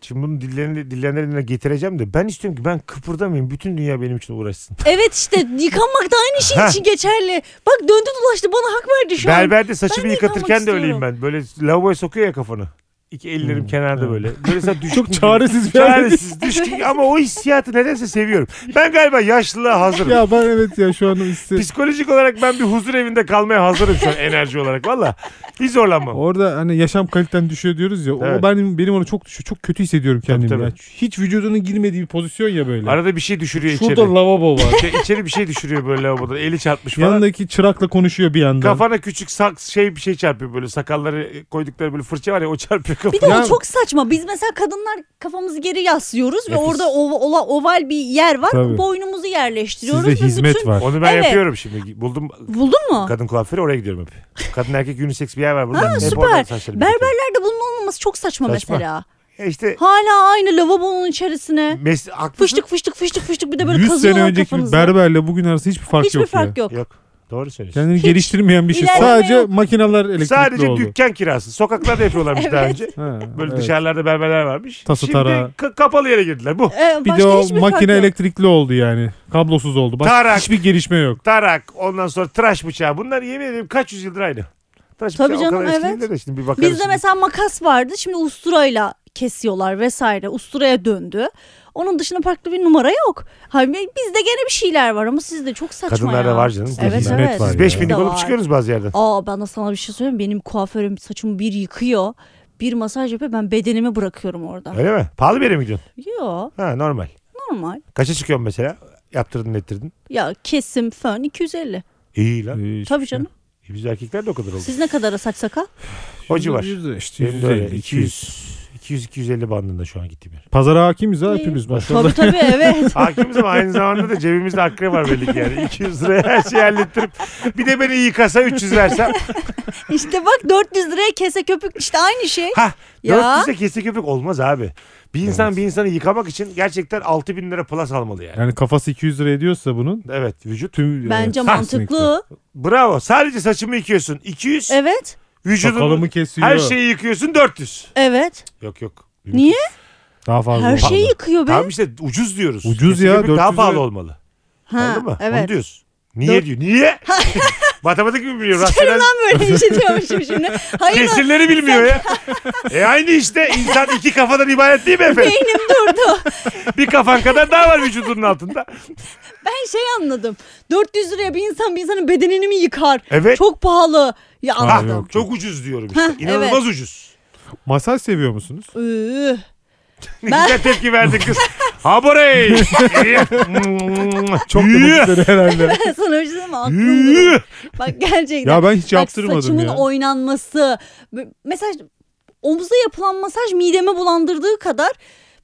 Speaker 4: Şimdi bunu dillerini, dillerine getireceğim de ben istiyorum ki ben kıpırdamayayım. Bütün dünya benim için uğraşsın.
Speaker 3: Evet işte yıkanmak da aynı şey için geçerli. Bak döndü dolaştı bana hak verdi şu an.
Speaker 4: Berberde
Speaker 3: ben
Speaker 4: saçımı
Speaker 3: de yıkanmak
Speaker 4: yıkatırken de öyleyim
Speaker 3: istiyorum.
Speaker 4: ben. Böyle lavaboya sokuyor ya kafanı. İki ellerim kenarda böyle. Böyle sen düşkün
Speaker 5: Hmm, Çok
Speaker 4: gibi.
Speaker 5: çaresiz
Speaker 4: şey.
Speaker 5: bir halde-
Speaker 4: Çaresiz, düşkün ama o hissiyatı nedense seviyorum. Ben galiba yaşlılığa hazırım.
Speaker 5: Ya ben evet ya şu an hisse-
Speaker 4: Psikolojik olarak ben bir huzur evinde kalmaya hazırım şu an enerji olarak. Valla hiç zorlanmam.
Speaker 5: Orada hani yaşam kaliten düşüyor diyoruz ya.
Speaker 4: Evet.
Speaker 5: O benim benim ona çok düşüyor. Çok kötü hissediyorum kendimi.
Speaker 4: tabii.
Speaker 5: ya. Hiç vücudunun girmediği bir pozisyon ya böyle.
Speaker 4: Arada bir şey düşürüyor
Speaker 5: Şurada
Speaker 4: içeri.
Speaker 5: lavabo var.
Speaker 4: Şey, içeri bir şey düşürüyor böyle lavaboda. Eli çarpmış falan.
Speaker 5: Yanındaki çırakla konuşuyor bir yandan.
Speaker 4: Kafana küçük sak şey bir şey çarpıyor böyle. Sakalları koydukları böyle fırça var ya o çarpıyor
Speaker 3: Bir de
Speaker 4: kafana.
Speaker 5: Ya-
Speaker 3: o çok saçma. Biz mesela kadınlar kafamızı geri yaslıyoruz ve
Speaker 4: Nefis.
Speaker 3: orada ova- ola- oval bir yer var.
Speaker 5: Tabii.
Speaker 3: Boynumuzu yerleştiriyoruz.
Speaker 5: Sizde
Speaker 3: ve
Speaker 5: hizmet
Speaker 3: bütün-
Speaker 5: var.
Speaker 4: Onu ben
Speaker 3: Evet.
Speaker 4: yapıyorum şimdi. Buldum
Speaker 3: Buldun mu?
Speaker 4: kadın kuaförü oraya gidiyorum hep. Kadın erkek unisex bir yer var burada.
Speaker 3: Ha,
Speaker 4: Hep
Speaker 3: süper.
Speaker 4: oradan saçlarımı kesiyorum.
Speaker 3: Berberlerde bunun olmaması çok saçma,
Speaker 4: Saçma.
Speaker 3: mesela.
Speaker 4: E işte
Speaker 3: Hala aynı lavabonun içerisine.
Speaker 4: mes haklısın.
Speaker 3: Fıştık fıştık fıştık fıştık bir de böyle
Speaker 5: 100 sene
Speaker 3: kazıyorlar
Speaker 5: önceki
Speaker 3: kafanızı.
Speaker 5: berberle bugün arasında hiçbir fark
Speaker 3: Hiçbir
Speaker 5: yok. ya.
Speaker 3: fark yok.
Speaker 4: Yok. Doğru söylüyorsun.
Speaker 5: Kendini
Speaker 3: Hiç
Speaker 5: geliştirmeyen bir şey.
Speaker 3: ilerleme
Speaker 5: Sadece
Speaker 3: yok.
Speaker 5: makineler elektrikli
Speaker 4: Sadece
Speaker 5: oldu.
Speaker 4: dükkan kirası. Sokaklarda yapıyorlarmış daha
Speaker 3: Evet.
Speaker 4: önce.
Speaker 5: Ha,
Speaker 4: Böyle
Speaker 5: evet.
Speaker 4: dışarılarda berberler varmış.
Speaker 5: Tası
Speaker 4: Şimdi
Speaker 5: tarağı.
Speaker 4: ka- kapalı yere girdiler. Bu.
Speaker 3: Ee,
Speaker 5: Bir
Speaker 3: başka
Speaker 5: de o
Speaker 3: hiçbir
Speaker 5: makine
Speaker 3: fark yok.
Speaker 5: elektrikli oldu yani. Kablosuz oldu. Başka
Speaker 4: Tarak.
Speaker 5: hiçbir gelişme yok.
Speaker 4: Tarak ondan sonra tıraş bıçağı. Bunlar yemin ederim kaç yüzyıldır aynı. Tıraş
Speaker 3: Tabii
Speaker 4: bıçağı o
Speaker 3: canım,
Speaker 4: kadar eski
Speaker 3: evet.
Speaker 4: değil de şimdi bir bakarız.
Speaker 3: Bizde
Speaker 4: şimdi.
Speaker 3: mesela makas vardı. Şimdi usturayla kesiyorlar vesaire. Usturaya döndü. Onun dışında farklı bir numara yok. Hayır, bizde gene bir şeyler var ama sizde çok saçma
Speaker 4: Kadınlarda
Speaker 3: ya.
Speaker 4: var canım.
Speaker 3: Evet
Speaker 5: Hizmet
Speaker 3: evet.
Speaker 5: var
Speaker 4: Biz
Speaker 5: ya.
Speaker 4: 5 binlik
Speaker 3: Bizde
Speaker 4: olup
Speaker 3: var.
Speaker 4: çıkıyoruz bazı yerden.
Speaker 3: Aa ben de sana bir şey söyleyeyim. Benim kuaförüm saçımı bir yıkıyor. Bir masaj yapıyor. Ben bedenimi bırakıyorum orada.
Speaker 4: Öyle mi? Pahalı bir yere mi gidiyorsun?
Speaker 3: Yo
Speaker 4: Ha normal.
Speaker 3: normal.
Speaker 4: Kaça çıkıyorsun mesela? Yaptırdın ettirdin.
Speaker 3: Ya kesim fön 250.
Speaker 4: İyi lan.
Speaker 5: Ee,
Speaker 3: Tabii canım.
Speaker 4: E, Biz erkekler de o kadar oldu.
Speaker 3: Siz ne kadara saç sakal?
Speaker 4: O civar.
Speaker 5: Yüzde işte
Speaker 4: Benim de öyle.
Speaker 5: 150, 200.
Speaker 4: 200-250 bandında şu an gittiğim yer.
Speaker 5: Pazara hakimiz ha
Speaker 3: İyi.
Speaker 5: hepimiz. Başka
Speaker 3: Tabii tabii evet.
Speaker 4: Hakimiz ama aynı zamanda da cebimizde akre var belli ki yani. 200 liraya her şeyi hallettirip bir de beni yıkasa 300 versem.
Speaker 3: İşte bak 400 liraya kese köpük işte aynı şey.
Speaker 4: Ha
Speaker 3: Ya.
Speaker 4: 400'e kese köpük olmaz abi. Bir insan bir insanı yıkamak için gerçekten 6000 lira plus almalı yani.
Speaker 5: yani kafası 200 lira ediyorsa bunun
Speaker 4: Evet vücut.
Speaker 5: tüm
Speaker 3: Bence
Speaker 5: evet, kesinlikle.
Speaker 3: mantıklı.
Speaker 4: Bravo. Sadece saçımı yıkıyorsun 200.
Speaker 3: Evet.
Speaker 4: vücudunu
Speaker 5: Sakalımı kesiyor.
Speaker 4: her şey- şeyi yıkıyorsun 400.
Speaker 3: Evet.
Speaker 4: Yok yok.
Speaker 3: Niye?
Speaker 5: daha fazla.
Speaker 3: Her şey-
Speaker 5: olmalı.
Speaker 3: şeyi yıkıyor be.
Speaker 4: Tamam işte ucuz diyoruz.
Speaker 5: Ucuz
Speaker 4: Kese
Speaker 5: ya,
Speaker 4: köpük daha
Speaker 5: 400
Speaker 4: pahalı
Speaker 5: lira.
Speaker 4: olmalı.
Speaker 3: ha,
Speaker 4: Anladın mı? Onu
Speaker 3: Evet.
Speaker 4: diyoruz. Niye diyor? Niye? Matematik mi biliyor? Rasyonel
Speaker 3: Ben böyle bir şey diyormuşum şimdi. Hayır o
Speaker 4: kesirleri bilmiyor ya. e aynı işte insan iki kafadan ibaret değil mi efendim?
Speaker 3: beynim durdu.
Speaker 4: Bir kafan kadar daha var vücudunun altında.
Speaker 3: Ben şey anladım. 400 liraya bir insan bir insanın bedenini mi yıkar?
Speaker 4: Evet.
Speaker 3: Çok pahalı. Ya
Speaker 4: Ha,
Speaker 3: anladım.
Speaker 5: yok.
Speaker 4: çok ucuz diyorum işte.
Speaker 3: Hah,
Speaker 4: İnanılmaz ucuz.
Speaker 5: Masaj seviyor musunuz?
Speaker 3: Üh.
Speaker 4: Ne
Speaker 3: Ben-
Speaker 4: güzel tepki verdin kız. Habarey.
Speaker 5: Çok da mutluları herhalde.
Speaker 3: Sana bir şey söyleyeyim mi? Aklımda. Bak gerçekten.
Speaker 5: Ya ben hiç
Speaker 3: Bak
Speaker 5: yaptırmadım
Speaker 3: saçımın
Speaker 5: ya.
Speaker 3: oynanması. b- Mesela omuzda yapılan masaj mideme bulandırdığı kadar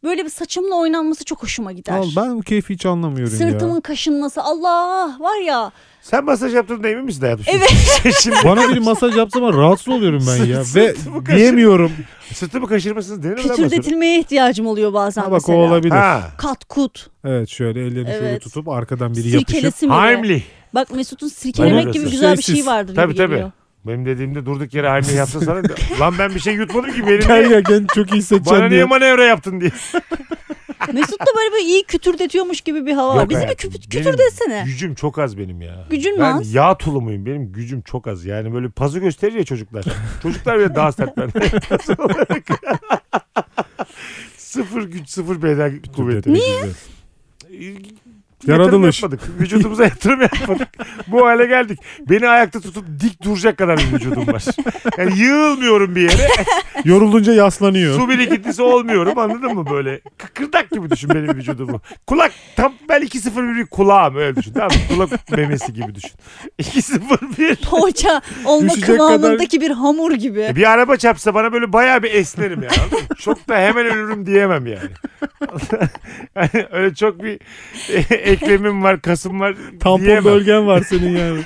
Speaker 3: böyle bir saçımla oynanması çok hoşuma gider.
Speaker 5: Al, ben bu keyfi hiç anlamıyorum
Speaker 3: Sırtımın
Speaker 5: ya.
Speaker 3: kaşınması Allah var ya.
Speaker 4: Sen masaj yaptığında emin misin hayatım? Evet. Şimdi
Speaker 5: Bana bir masaj yapsa ben rahatsız oluyorum ben ya. Ve
Speaker 4: Sırtımı kaşı-
Speaker 5: diyemiyorum.
Speaker 4: sırtımı kaşırmasınız denir mi? lan masaj?
Speaker 3: Kötürdetilmeye ihtiyacım oluyor bazen
Speaker 5: Ha, bak o
Speaker 3: mesela.
Speaker 5: olabilir.
Speaker 4: Ha.
Speaker 3: Kat kut,
Speaker 5: Evet şöyle ellerini şöyle
Speaker 3: Evet.
Speaker 5: tutup arkadan biri yapışıp.
Speaker 3: sirkelesi mi?
Speaker 4: Heimlich.
Speaker 3: Bak Mesut'un sirkelemek
Speaker 4: Onu-
Speaker 3: gibi güzel bir şey
Speaker 5: Şeysiz.
Speaker 3: vardır
Speaker 4: Tabii
Speaker 3: gibi
Speaker 4: tabii.
Speaker 3: geliyor.
Speaker 4: Benim dediğimde durduk yere Heimlich yapsa sana lan ben bir şey yutmadım ki benim
Speaker 5: Gel ya gel çok iyi
Speaker 4: Bana
Speaker 5: hissedeceksin
Speaker 4: niye
Speaker 5: diye.
Speaker 4: manevra yaptın diye.
Speaker 3: Mesut da böyle bir iyi kütürdetiyormuş gibi bir hava var.
Speaker 4: Yok
Speaker 3: Bizi bir
Speaker 4: hayatım,
Speaker 3: küpü-
Speaker 4: benim
Speaker 3: kütür desene.
Speaker 4: Gücüm çok az benim ya.
Speaker 3: Gücün mü
Speaker 4: ben
Speaker 3: az?
Speaker 4: yağ tulumuyum. Benim gücüm çok az. Yani böyle pazı gösterir ya çocuklar. çocuklar bile daha sert ben. sıfır güç, sıfır beden kuvveti.
Speaker 5: Niye?
Speaker 4: Yatırım
Speaker 5: Yaratılış.
Speaker 4: yapmadık. Vücudumuza yatırım yapmadık. Bu hale geldik. Beni ayakta tutup dik duracak kadar bir vücudum var. Yani yığılmıyorum bir yere.
Speaker 5: Yorulunca yaslanıyor.
Speaker 4: Su birikintisi olmuyorum anladın mı böyle? Kıkırdak gibi düşün benim vücudumu. Kulak tam ben 2-0-1 kulağım öyle düşün. Tamam mı? kulak memesi gibi düşün. 2-0-1.
Speaker 3: Poğaça olma
Speaker 5: Düşecek kadar-
Speaker 3: kıvamındaki bir hamur gibi.
Speaker 4: E bir araba çarpsa bana böyle bayağı bir esnerim yani. anladın mı? Çok da hemen ölürüm diyemem yani. yani öyle çok bir e, eklemim var, kasım var
Speaker 5: Tampon
Speaker 4: diyemem.
Speaker 5: bölgen var senin yani.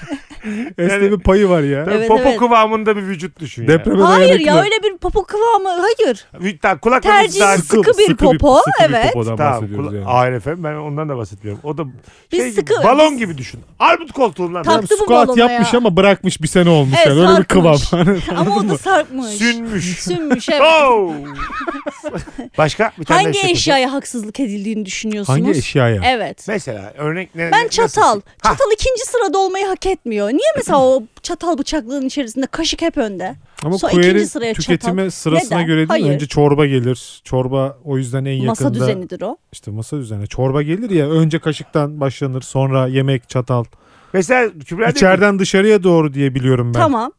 Speaker 5: Esneme payı var ya.
Speaker 4: Tabii
Speaker 3: Evet,
Speaker 4: popo
Speaker 3: evet.
Speaker 4: kıvamında bir vücut düşün yani.
Speaker 5: Depreme
Speaker 3: Hayır
Speaker 5: dayanıklı.
Speaker 3: ya öyle bir popo kıvamı. Hayır.
Speaker 4: Bir- Tamam, kulak
Speaker 3: Tercih
Speaker 4: memesi
Speaker 3: sıkı bir popo, evet.
Speaker 5: popodan
Speaker 4: Tamam.
Speaker 5: bahsediyoruz
Speaker 4: Kula-
Speaker 5: yani.
Speaker 4: Hayır efendim ben ondan da bahsetmiyorum. O da
Speaker 3: Biz
Speaker 4: şey gibi,
Speaker 3: sıkı-
Speaker 4: balon
Speaker 3: biz-
Speaker 4: gibi düşün. Armut koltuğundan.
Speaker 3: Tam-
Speaker 5: Tam
Speaker 3: Taktı bu
Speaker 5: squat
Speaker 3: balona
Speaker 5: yapmış
Speaker 3: ya.
Speaker 5: ama bırakmış bir sene olmuş
Speaker 3: Evet,
Speaker 5: yani. Öyle bir kıvam.
Speaker 3: sarkmış. Ama o da sarkmış.
Speaker 4: Sünmüş.
Speaker 3: Sünmüş evet.
Speaker 4: Oh! Başka bir tane şey
Speaker 3: Hangi
Speaker 4: eşya konusu.
Speaker 3: eşyaya haksızlık edildiğini düşünüyorsunuz?
Speaker 5: Hangi eşyaya?
Speaker 3: Evet.
Speaker 4: Mesela örnek ne?
Speaker 3: Ben
Speaker 4: nasıl- şey?
Speaker 3: çatal.
Speaker 4: Ha,
Speaker 3: Çatal ikinci sırada olmayı hak etmiyor. Niye mesela o çatal bıçaklığın içerisinde kaşık hep önde?
Speaker 5: Ama
Speaker 3: Sonra
Speaker 5: query
Speaker 3: ikinci sıraya
Speaker 5: tüketime
Speaker 3: çatal.
Speaker 5: sırasına
Speaker 3: Neden?
Speaker 5: göre değil.
Speaker 3: Hayır.
Speaker 5: Önce çorba gelir. Çorba o yüzden en yakında.
Speaker 3: Masa düzenidir o.
Speaker 5: İşte masa düzeni. Çorba gelir ya önce kaşıktan başlanır sonra yemek çatal.
Speaker 4: Mesela Kübra İçeriden...
Speaker 5: İçeriden dışarıya doğru diye biliyorum ben.
Speaker 3: Tamam.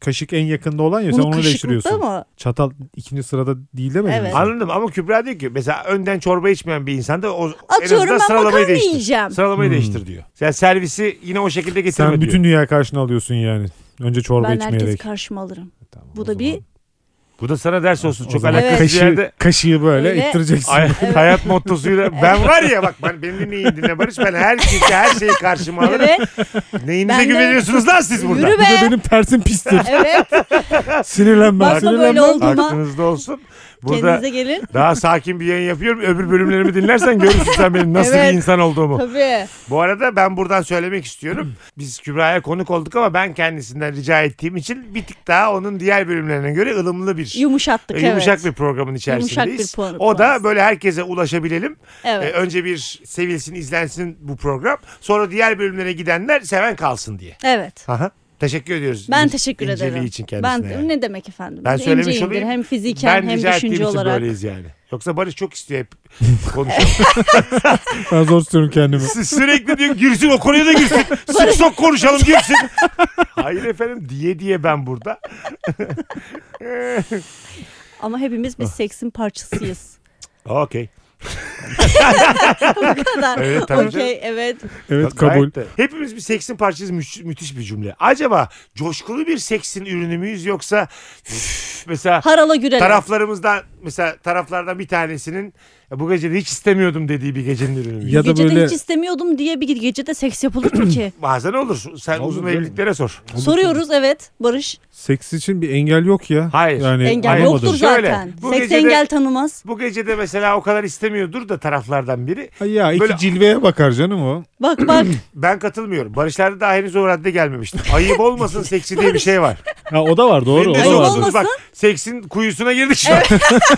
Speaker 5: Kaşık en yakında olan ya sen
Speaker 3: Bunu
Speaker 5: onu
Speaker 3: kaşıklıkta
Speaker 5: değiştiriyorsun.
Speaker 3: mı?
Speaker 5: Çatal ikinci sırada değil demedin mi?
Speaker 3: Evet.
Speaker 5: sen?
Speaker 4: Anladım ama Kübra diyor ki mesela önden çorba içmeyen bir insan da o en
Speaker 3: Atıyorum
Speaker 4: azından
Speaker 3: ben
Speaker 4: sıralamayı
Speaker 3: makarna
Speaker 4: değiştir.
Speaker 3: yiyeceğim.
Speaker 4: Sıralamayı
Speaker 5: Hmm.
Speaker 4: değiştir diyor. Yani servisi yine o şekilde getirme
Speaker 5: Sen
Speaker 4: diyor.
Speaker 5: bütün dünya karşına alıyorsun yani. Önce çorba
Speaker 3: Ben herkesi
Speaker 5: içmeyerek.
Speaker 3: karşıma alırım.
Speaker 4: E,
Speaker 5: Tamam, o
Speaker 3: Bu da
Speaker 5: zaman-
Speaker 3: bir
Speaker 4: Bu da sana ders olsun.
Speaker 5: o
Speaker 4: Çok
Speaker 5: zaman
Speaker 4: alakasız
Speaker 5: kaşığı,
Speaker 4: bir yerde.
Speaker 5: kaşığı böyle
Speaker 3: Öyle.
Speaker 5: ittireceksin.
Speaker 4: Ay- Hayat mottosuyla ben var ya bak ben beni dinleyin dinle Barış ben her şeyi her şeyi karşıma alırım.
Speaker 3: evet.
Speaker 4: Neyinize
Speaker 3: Ben de-
Speaker 4: güveniyorsunuz lan siz burada?
Speaker 3: Yürü
Speaker 5: Bir de
Speaker 3: be.
Speaker 5: benim tersim pistir.
Speaker 3: Evet.
Speaker 5: Sinirlenmem.
Speaker 3: Bakma
Speaker 5: Sinirlenmem.
Speaker 3: böyle oldu. Ama-
Speaker 4: Aklınızda olsun. Burada
Speaker 3: Kendinize gelin.
Speaker 4: daha sakin bir yayın yapıyorum. Öbür bölümlerimi dinlersen görürsün sen benim nasıl
Speaker 3: Evet.
Speaker 4: bir insan olduğumu.
Speaker 3: Tabii.
Speaker 4: Bu arada ben buradan söylemek istiyorum. Biz Kübra'ya konuk olduk ama ben kendisinden rica ettiğim için bir tık daha onun diğer bölümlerine göre ılımlı bir
Speaker 3: Yumuşattık evet.
Speaker 4: yumuşak bir programın içerisindeyiz.
Speaker 3: bir puan-
Speaker 4: o da
Speaker 3: puanız.
Speaker 4: böyle herkese ulaşabilelim.
Speaker 3: Evet.
Speaker 4: Ee, önce bir sevilsin, izlensin bu program. Sonra diğer bölümlere gidenler seven kalsın diye.
Speaker 3: Evet.
Speaker 4: Aha. Teşekkür ediyoruz.
Speaker 3: Ben
Speaker 4: İn-
Speaker 3: teşekkür
Speaker 4: inceliği
Speaker 3: ederim.
Speaker 4: için
Speaker 3: Ben
Speaker 4: kendisine. yani.
Speaker 3: ne demek efendim?
Speaker 4: Ben
Speaker 3: Biz
Speaker 4: söylemiş
Speaker 3: inceyimdir.
Speaker 4: olayım.
Speaker 3: Hem fiziken
Speaker 4: ben
Speaker 3: hem
Speaker 4: rica ettiğim
Speaker 3: düşünce
Speaker 4: için
Speaker 3: olarak.
Speaker 4: böyleyiz yani. Yoksa Barış çok istiyor hep konuşalım.
Speaker 5: Ben zor tutuyorum kendimi.
Speaker 4: Sü- Sürekli diyor girsin o konuya da girsin. Sık sok konuşalım girsin. Hayır efendim diye diye ben burada.
Speaker 3: Ama hepimiz
Speaker 4: Ah.
Speaker 3: bir seksin parçasıyız.
Speaker 4: Okey.
Speaker 3: Bu kadar.
Speaker 4: Evet, tabii
Speaker 3: Okey evet.
Speaker 5: Evet
Speaker 4: Gayet
Speaker 5: kabul.
Speaker 4: de. Hepimiz bir seksin parçası müş- müthiş bir cümle. Acaba coşkulu bir seksin ürünü müyüz yoksa üf, mesela
Speaker 3: Harala gürelim.
Speaker 4: taraflarımızdan mesela taraflardan bir tanesinin "Ya bu gece de hiç istemiyordum dediği bir gecenin ürünü müyüz?
Speaker 5: Ya da
Speaker 3: Gecede
Speaker 5: böyle-
Speaker 3: hiç istemiyordum diye bir gecede seks yapılır mı ki?
Speaker 4: Bazen olur. Sen
Speaker 5: Olur
Speaker 4: uzun
Speaker 5: canım.
Speaker 4: evliliklere sor.
Speaker 3: Soruyoruz evet Barış.
Speaker 5: Seks için bir engel yok ya.
Speaker 4: Hayır.
Speaker 5: Yani
Speaker 3: Engel
Speaker 5: anlamadım.
Speaker 3: yoktur
Speaker 4: Şöyle,
Speaker 3: zaten.
Speaker 4: bu
Speaker 3: Seks
Speaker 4: gecede-
Speaker 3: engel tanımaz.
Speaker 4: Bu gece de mesela o kadar istemiyordur da taraflardan biri.
Speaker 5: Ay Ya iki
Speaker 4: Böyle-
Speaker 5: cilveye bakar canım o.
Speaker 3: Bak bak
Speaker 4: Ben katılmıyorum. Barışlarda daha henüz o radde gelmemişti. Ayıp olmasın seksi diye bir şey var.
Speaker 5: Ha o da var doğru.
Speaker 4: Benim de
Speaker 5: o da
Speaker 3: Ayıp
Speaker 5: var.
Speaker 4: çok-
Speaker 3: olmasın.
Speaker 4: Bak seksin kuyusuna girdik şu an.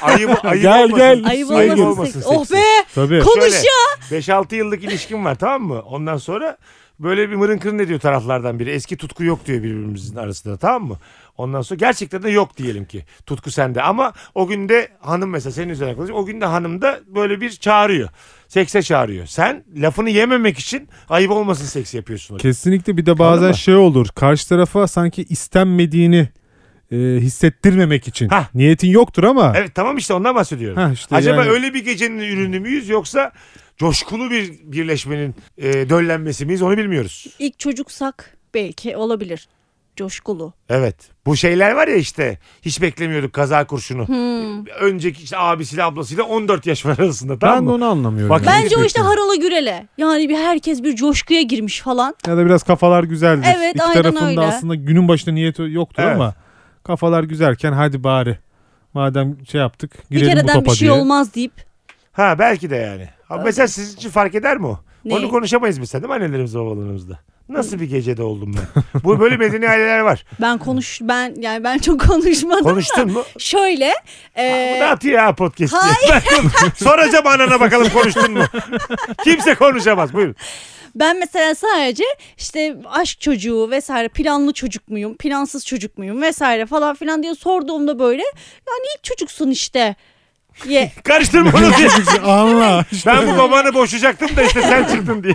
Speaker 4: ayıp, ayıp
Speaker 5: Gel,
Speaker 4: olmasın.
Speaker 5: gel.
Speaker 3: ayıp
Speaker 5: Ayıp
Speaker 3: olmasın.
Speaker 4: olmasın
Speaker 3: seks.
Speaker 4: seksin.
Speaker 3: Oh be
Speaker 5: Tabii.
Speaker 3: konuş
Speaker 4: Şöyle.
Speaker 3: ya.
Speaker 4: 5-6 yıllık ilişkim var tamam mı? Ondan sonra böyle bir mırın kırın ediyor taraflardan biri. Eski tutku yok diyor birbirimizin arasında tamam mı? Ondan sonra gerçekten de yok diyelim ki. Tutku sende ama o günde hanım mesela senin üzerine konuşuyor. O günde hanım da böyle bir çağırıyor. Sekse çağırıyor. Sen lafını yememek için ayıp olmasın seks yapıyorsun.
Speaker 5: Kesinlikle bir de bazen
Speaker 4: Anladın mı?
Speaker 5: şey olur. Karşı tarafa sanki istenmediğini e, hissettirmemek için.
Speaker 4: Hah.
Speaker 5: Niyetin yoktur ama.
Speaker 4: Evet tamam işte ondan bahsediyorum.
Speaker 5: Hah, işte
Speaker 4: Acaba
Speaker 5: yani.
Speaker 4: öyle bir gecenin ürünü müyüz yoksa coşkulu bir birleşmenin e, döllenmesi miyiz onu bilmiyoruz.
Speaker 3: İlk çocuksak belki olabilir. Coşkulu.
Speaker 4: Evet. Bu şeyler var ya işte hiç beklemiyorduk kaza kurşunu. Önceki işte abisiyle ablasıyla 14 yaş var arasında
Speaker 5: Ben
Speaker 4: tamam
Speaker 5: de
Speaker 4: mı?
Speaker 5: onu anlamıyorum.
Speaker 4: Bak-
Speaker 5: yani.
Speaker 3: Bence o işte harala gürele. Yani bir herkes bir coşkuya girmiş falan.
Speaker 5: Ya da biraz kafalar güzeldir.
Speaker 3: Evet,
Speaker 5: İki
Speaker 3: aynen
Speaker 5: tarafında
Speaker 3: öyle.
Speaker 5: aslında günün başında niyeti yoktur
Speaker 4: Evet.
Speaker 5: ama kafalar güzelken hadi bari. Madem şey yaptık girelim
Speaker 3: bir
Speaker 5: bu topa
Speaker 3: kereden bir şey
Speaker 5: diye.
Speaker 3: olmaz deyip.
Speaker 4: Ha belki de yani. Ama mesela sizin için fark eder mi o?
Speaker 3: Ne?
Speaker 4: Onu konuşamayız biz değil mi annelerimiz babalarımızda? Nasıl bir gecede oldum ben? Bu böyle medeni aileler var.
Speaker 3: Ben konuş ben yani ben çok konuşmadım.
Speaker 4: Konuştun mu?
Speaker 3: Şöyle e,
Speaker 4: Bu ne atıyor ya podcast'i? Soracağım anana bakalım konuştun mu? Kimse konuşamaz. Buyurun.
Speaker 3: ben mesela sadece işte aşk çocuğu vesaire planlı çocuk muyum plansız çocuk muyum vesaire falan filan diye sorduğumda böyle yani ilk çocuksun işte. Ye.
Speaker 4: Karıştırma onu diye.
Speaker 5: Anla.
Speaker 4: Ben bu babanı boşacaktım da işte sen çıktın diye.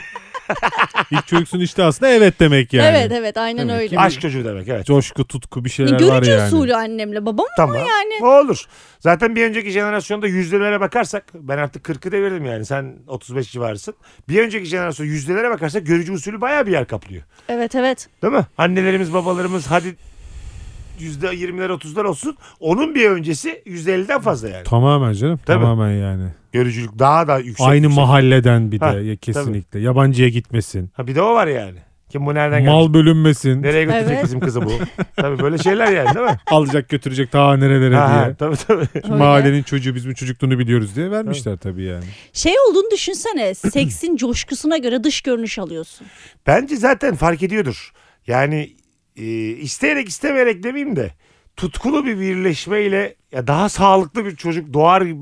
Speaker 5: İlk çocuksun işte aslında evet demek yani.
Speaker 3: Evet evet aynen
Speaker 5: Demek
Speaker 3: öyle. E,
Speaker 5: ki-
Speaker 4: Aşk çocuğu demek evet.
Speaker 5: Coşku tutku bir şeyler var
Speaker 3: Görücü
Speaker 5: yani.
Speaker 3: usulü annemle babam
Speaker 4: Tamam. O olur. Zaten bir önceki jenerasyonda yüzdelere bakarsak ben artık 40'ı devirdim yani sen 35 civarısın. Bir önceki jenerasyon yüzdelere bakarsak görücü usulü bayağı bir yer kaplıyor.
Speaker 3: Evet evet.
Speaker 4: Değil mi? Annelerimiz babalarımız hadi yüzde 20'ler 30'lar olsun. Onun bir öncesi yüzde 50'den fazla yani.
Speaker 5: Tamamen canım.
Speaker 4: Tabii.
Speaker 5: Tamamen yani.
Speaker 4: Görücülük daha da yüksek.
Speaker 5: Aynı
Speaker 4: yüksek.
Speaker 5: mahalleden bir de
Speaker 4: şey- Ha,
Speaker 5: ya kesinlikle. Yabancıya gitmesin.
Speaker 4: Ha bir de o var yani. Kim bu nereden geldi?
Speaker 5: Mal bölünmesin.
Speaker 4: Nereye götürecek
Speaker 3: Evet.
Speaker 4: bizim kızı bu? tabii böyle şeyler yani değil mi?
Speaker 5: Alacak götürecek ta nerelere
Speaker 4: ha, ha,
Speaker 5: diye.
Speaker 4: tabii tabii.
Speaker 5: Şu Mahallenin çocuğu bizim çocukluğunu biliyoruz diye vermişler tabii yani.
Speaker 3: Şey olduğunu düşünsene seksin coşkusuna göre dış görünüş alıyorsun.
Speaker 4: Bence zaten fark ediyordur. Yani e, isteyerek istemeyerek demeyeyim de tutkulu bir birleşmeyle ya daha sağlıklı bir çocuk doğar gibi.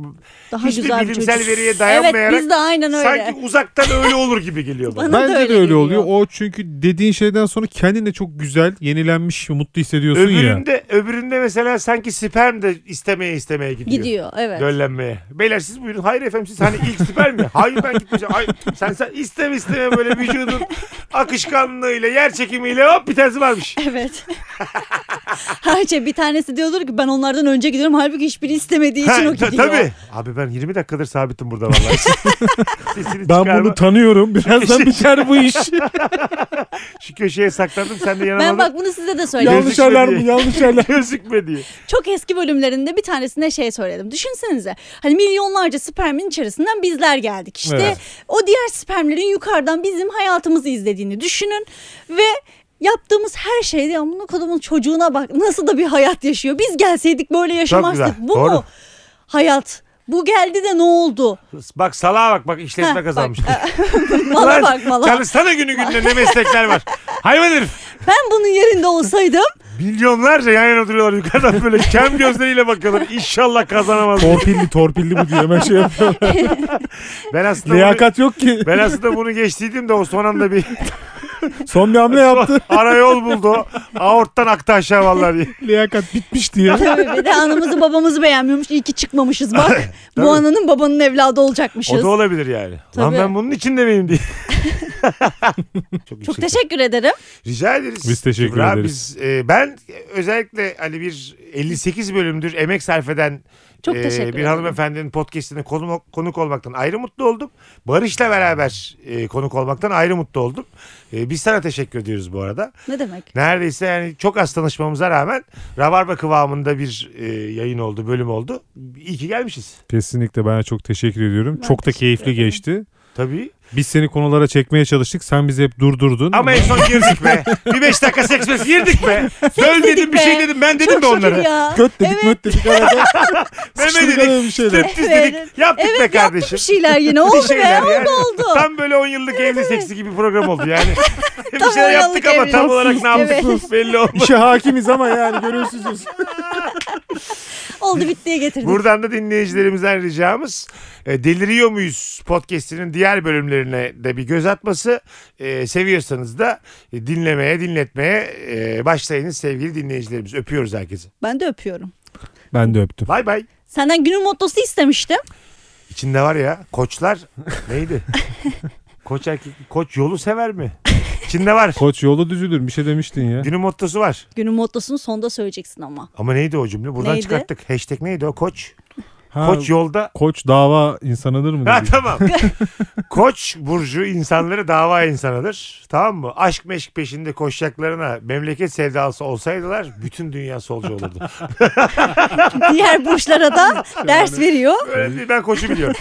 Speaker 3: Daha
Speaker 4: Hiçbir
Speaker 3: güzel bir
Speaker 4: bilimsel
Speaker 3: çocuk.
Speaker 4: veriye dayanmayarak
Speaker 3: Evet biz de aynen öyle.
Speaker 4: Sanki uzaktan öyle olur gibi geliyor bana.
Speaker 3: Bana da
Speaker 5: Bence
Speaker 3: öyle
Speaker 5: de öyle
Speaker 3: geliyor.
Speaker 5: oluyor. O çünkü dediğin şeyden sonra kendini çok güzel, yenilenmiş, mutlu hissediyorsun ya.
Speaker 4: Öbüründe, öbüründe mesela sanki sperm de istemeye istemeye gidiyor.
Speaker 3: Gidiyor evet.
Speaker 4: Döllenmeye. Beyler siz buyurun. Hayır efendim siz hani ilk sperm mi? Hayır ben gitmeyeceğim. Hayır. Sen sen isteme isteme böyle vücudun akışkanlığıyla yer çekimiyle hop bir tanesi varmış.
Speaker 3: Evet. Her şey bir tanesi diyordur ki ben onlardan önce gidiyorum. Halbuki hiçbiri istemediği için
Speaker 4: Ha,
Speaker 3: o
Speaker 4: ta-
Speaker 3: gidiyor.
Speaker 4: Tabii. Abi ben 20 dakikadır sabitim burada vallahi. Sesini
Speaker 5: Ben
Speaker 4: çıkarma.
Speaker 5: bunu tanıyorum. Birazdan biter bu iş.
Speaker 4: Şu köşeye saklandım sen de
Speaker 3: Ben
Speaker 4: yanamadın.
Speaker 3: bak bunu size de söyledim.
Speaker 5: yanlış
Speaker 4: Gözükmedi.
Speaker 5: alarm, yanlış alarm.
Speaker 4: Gözükme diye.
Speaker 3: Çok eski bölümlerinde bir tanesinde şey söyledim. Düşünsenize hani milyonlarca spermin içerisinden bizler geldik. İşte
Speaker 5: Evet.
Speaker 3: o diğer spermlerin yukarıdan bizim hayatımızı izlediğini düşünün ve yaptığımız her şeyde ya bunun kodumun çocuğuna bak nasıl da bir hayat yaşıyor. Biz gelseydik böyle yaşamazdık.
Speaker 4: güzel,
Speaker 3: Bu
Speaker 4: doğru.
Speaker 3: mu hayat? Bu geldi de ne oldu?
Speaker 4: Bak salağa bak bak işletme
Speaker 3: Heh,
Speaker 4: kazanmış.
Speaker 3: Mala bak mala.
Speaker 4: Çalışsana günü gününe ne meslekler var. Hayvan herif.
Speaker 3: Ben bunun yerinde olsaydım
Speaker 4: Milyonlarca yan yana duruyorlar yukarıdan böyle kem gözleriyle bakıyorlar. İnşallah kazanamaz.
Speaker 5: torpilli, torpilli bu diyor. Hemen şey yapıyor.
Speaker 4: Ben aslında bunu,
Speaker 5: Liyakat yok ki.
Speaker 4: ben aslında bunu geçtiydim de o son anda bir
Speaker 5: Son bir hamle yaptı.
Speaker 4: arayol buldu. Aorttan aktı aşağı vallahi diye.
Speaker 5: Liyakat bitmiş diye.
Speaker 3: Tabii bir de anamızı babamızı beğenmiyormuş. İyi ki çıkmamışız bak.
Speaker 4: Tabii.
Speaker 3: Bu ananın babanın evladı olacakmışız.
Speaker 4: O da olabilir yani. Lan
Speaker 3: Tabii.
Speaker 4: ben bunun içinde miyim diye. Çok,
Speaker 3: Çok
Speaker 4: yüksekti.
Speaker 3: teşekkür ederim.
Speaker 4: Rica ederiz.
Speaker 5: Biz teşekkür
Speaker 4: Kübra.
Speaker 5: ederiz.
Speaker 4: Biz, e, ben özellikle hani bir 58 bölümdür emek sarf eden e,
Speaker 3: Çok teşekkür
Speaker 4: bir
Speaker 3: ederim.
Speaker 4: hanımefendinin podcastine konu, konuk olmaktan ayrı mutlu oldum. Barış'la beraber e, konuk olmaktan ayrı mutlu oldum. E, biz sana teşekkür ediyoruz bu arada.
Speaker 3: Ne demek?
Speaker 4: Neredeyse yani çok az tanışmamıza rağmen Rabarba kıvamında bir e, yayın oldu, bölüm oldu. İyi ki gelmişiz.
Speaker 5: Kesinlikle ben de çok teşekkür ediyorum. çok da keyifli geçti.
Speaker 4: Tabii.
Speaker 5: Biz seni konulara çekmeye çalıştık. Sen bizi hep durdurdun.
Speaker 4: Ama en son girdik be. Bir beş dakika seks mes- girdik be. Söz dedim bir
Speaker 3: be.
Speaker 4: şey dedim ben dedim
Speaker 3: Çok
Speaker 4: de onlara.
Speaker 3: şükür ya.
Speaker 5: Göt dedik möt dedik arada.
Speaker 4: Meme
Speaker 5: Sıçtık
Speaker 4: dedik.
Speaker 5: araya bir şey şeyler.
Speaker 4: striptiz
Speaker 3: Evet.
Speaker 4: dedik. Yaptık
Speaker 3: Evet
Speaker 4: be
Speaker 3: yaptı
Speaker 4: kardeşim.
Speaker 3: bir şeyler yine oldu be
Speaker 4: şeyler
Speaker 3: oldu
Speaker 4: yani.
Speaker 3: oldu.
Speaker 4: Tam böyle 10 yıllık evli seksi gibi program oldu yani. bir
Speaker 3: Tam
Speaker 4: şeyler
Speaker 3: 10
Speaker 4: yaptık
Speaker 3: yıllık
Speaker 4: ama tam
Speaker 3: evli.
Speaker 4: olarak ne
Speaker 3: Evet.
Speaker 4: yaptık belli olmadı.
Speaker 5: İşe hakimiz ama yani görüyorsunuz.
Speaker 3: Oldu bittiye getirdik.
Speaker 4: Buradan da dinleyicilerimizden ricamız e, Deliriyor Muyuz podcastinin diğer bölümlerine de bir göz atması. E, seviyorsanız da e, dinlemeye, dinletmeye e, başlayınız sevgili dinleyicilerimiz. Öpüyoruz herkese.
Speaker 3: Ben de öpüyorum.
Speaker 5: Ben de öptüm.
Speaker 4: Bay bay.
Speaker 3: Senden günün mottosu istemiştim.
Speaker 4: İçinde var ya koçlar neydi? koç erkek, koç yolu sever mi? Çin'de var.
Speaker 5: Koç yolu düzülür bir şey demiştin ya.
Speaker 4: Günün mottosu var.
Speaker 3: Günün mottosunu sonda söyleyeceksin ama.
Speaker 4: Ama neydi o cümle? Buradan
Speaker 3: Neydi?
Speaker 4: çıkarttık. Hashtag neydi o? Koç.
Speaker 5: Ha,
Speaker 4: Koç yolda.
Speaker 5: koç dava insanıdır mı?
Speaker 4: Ha
Speaker 5: dedi.
Speaker 4: tamam. Koç burcu insanları dava insanıdır. Tamam mı? Aşk meşk peşinde koşacaklarına memleket sevdalısı olsaydılar bütün dünya solcu olurdu.
Speaker 3: Diğer burçlara da ders veriyor.
Speaker 4: Öyle değil, ben koçu biliyorum.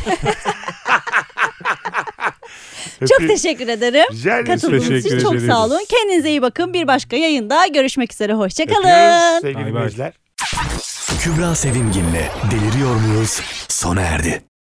Speaker 3: Çok teşekkür ederim.
Speaker 4: Rica ederim.
Speaker 3: Katıldığınız için
Speaker 5: Teşekkür
Speaker 3: çok
Speaker 5: ederiz.
Speaker 3: sağ olun. Kendinize iyi bakın. Bir başka yayında görüşmek üzere.
Speaker 4: Öpüyoruz
Speaker 3: Hoşçakalın.
Speaker 4: sevgili
Speaker 5: Bay bay.
Speaker 4: dinleyiciler.
Speaker 1: Kübra Sevimgin'le Deliriyor Muyuz sona erdi.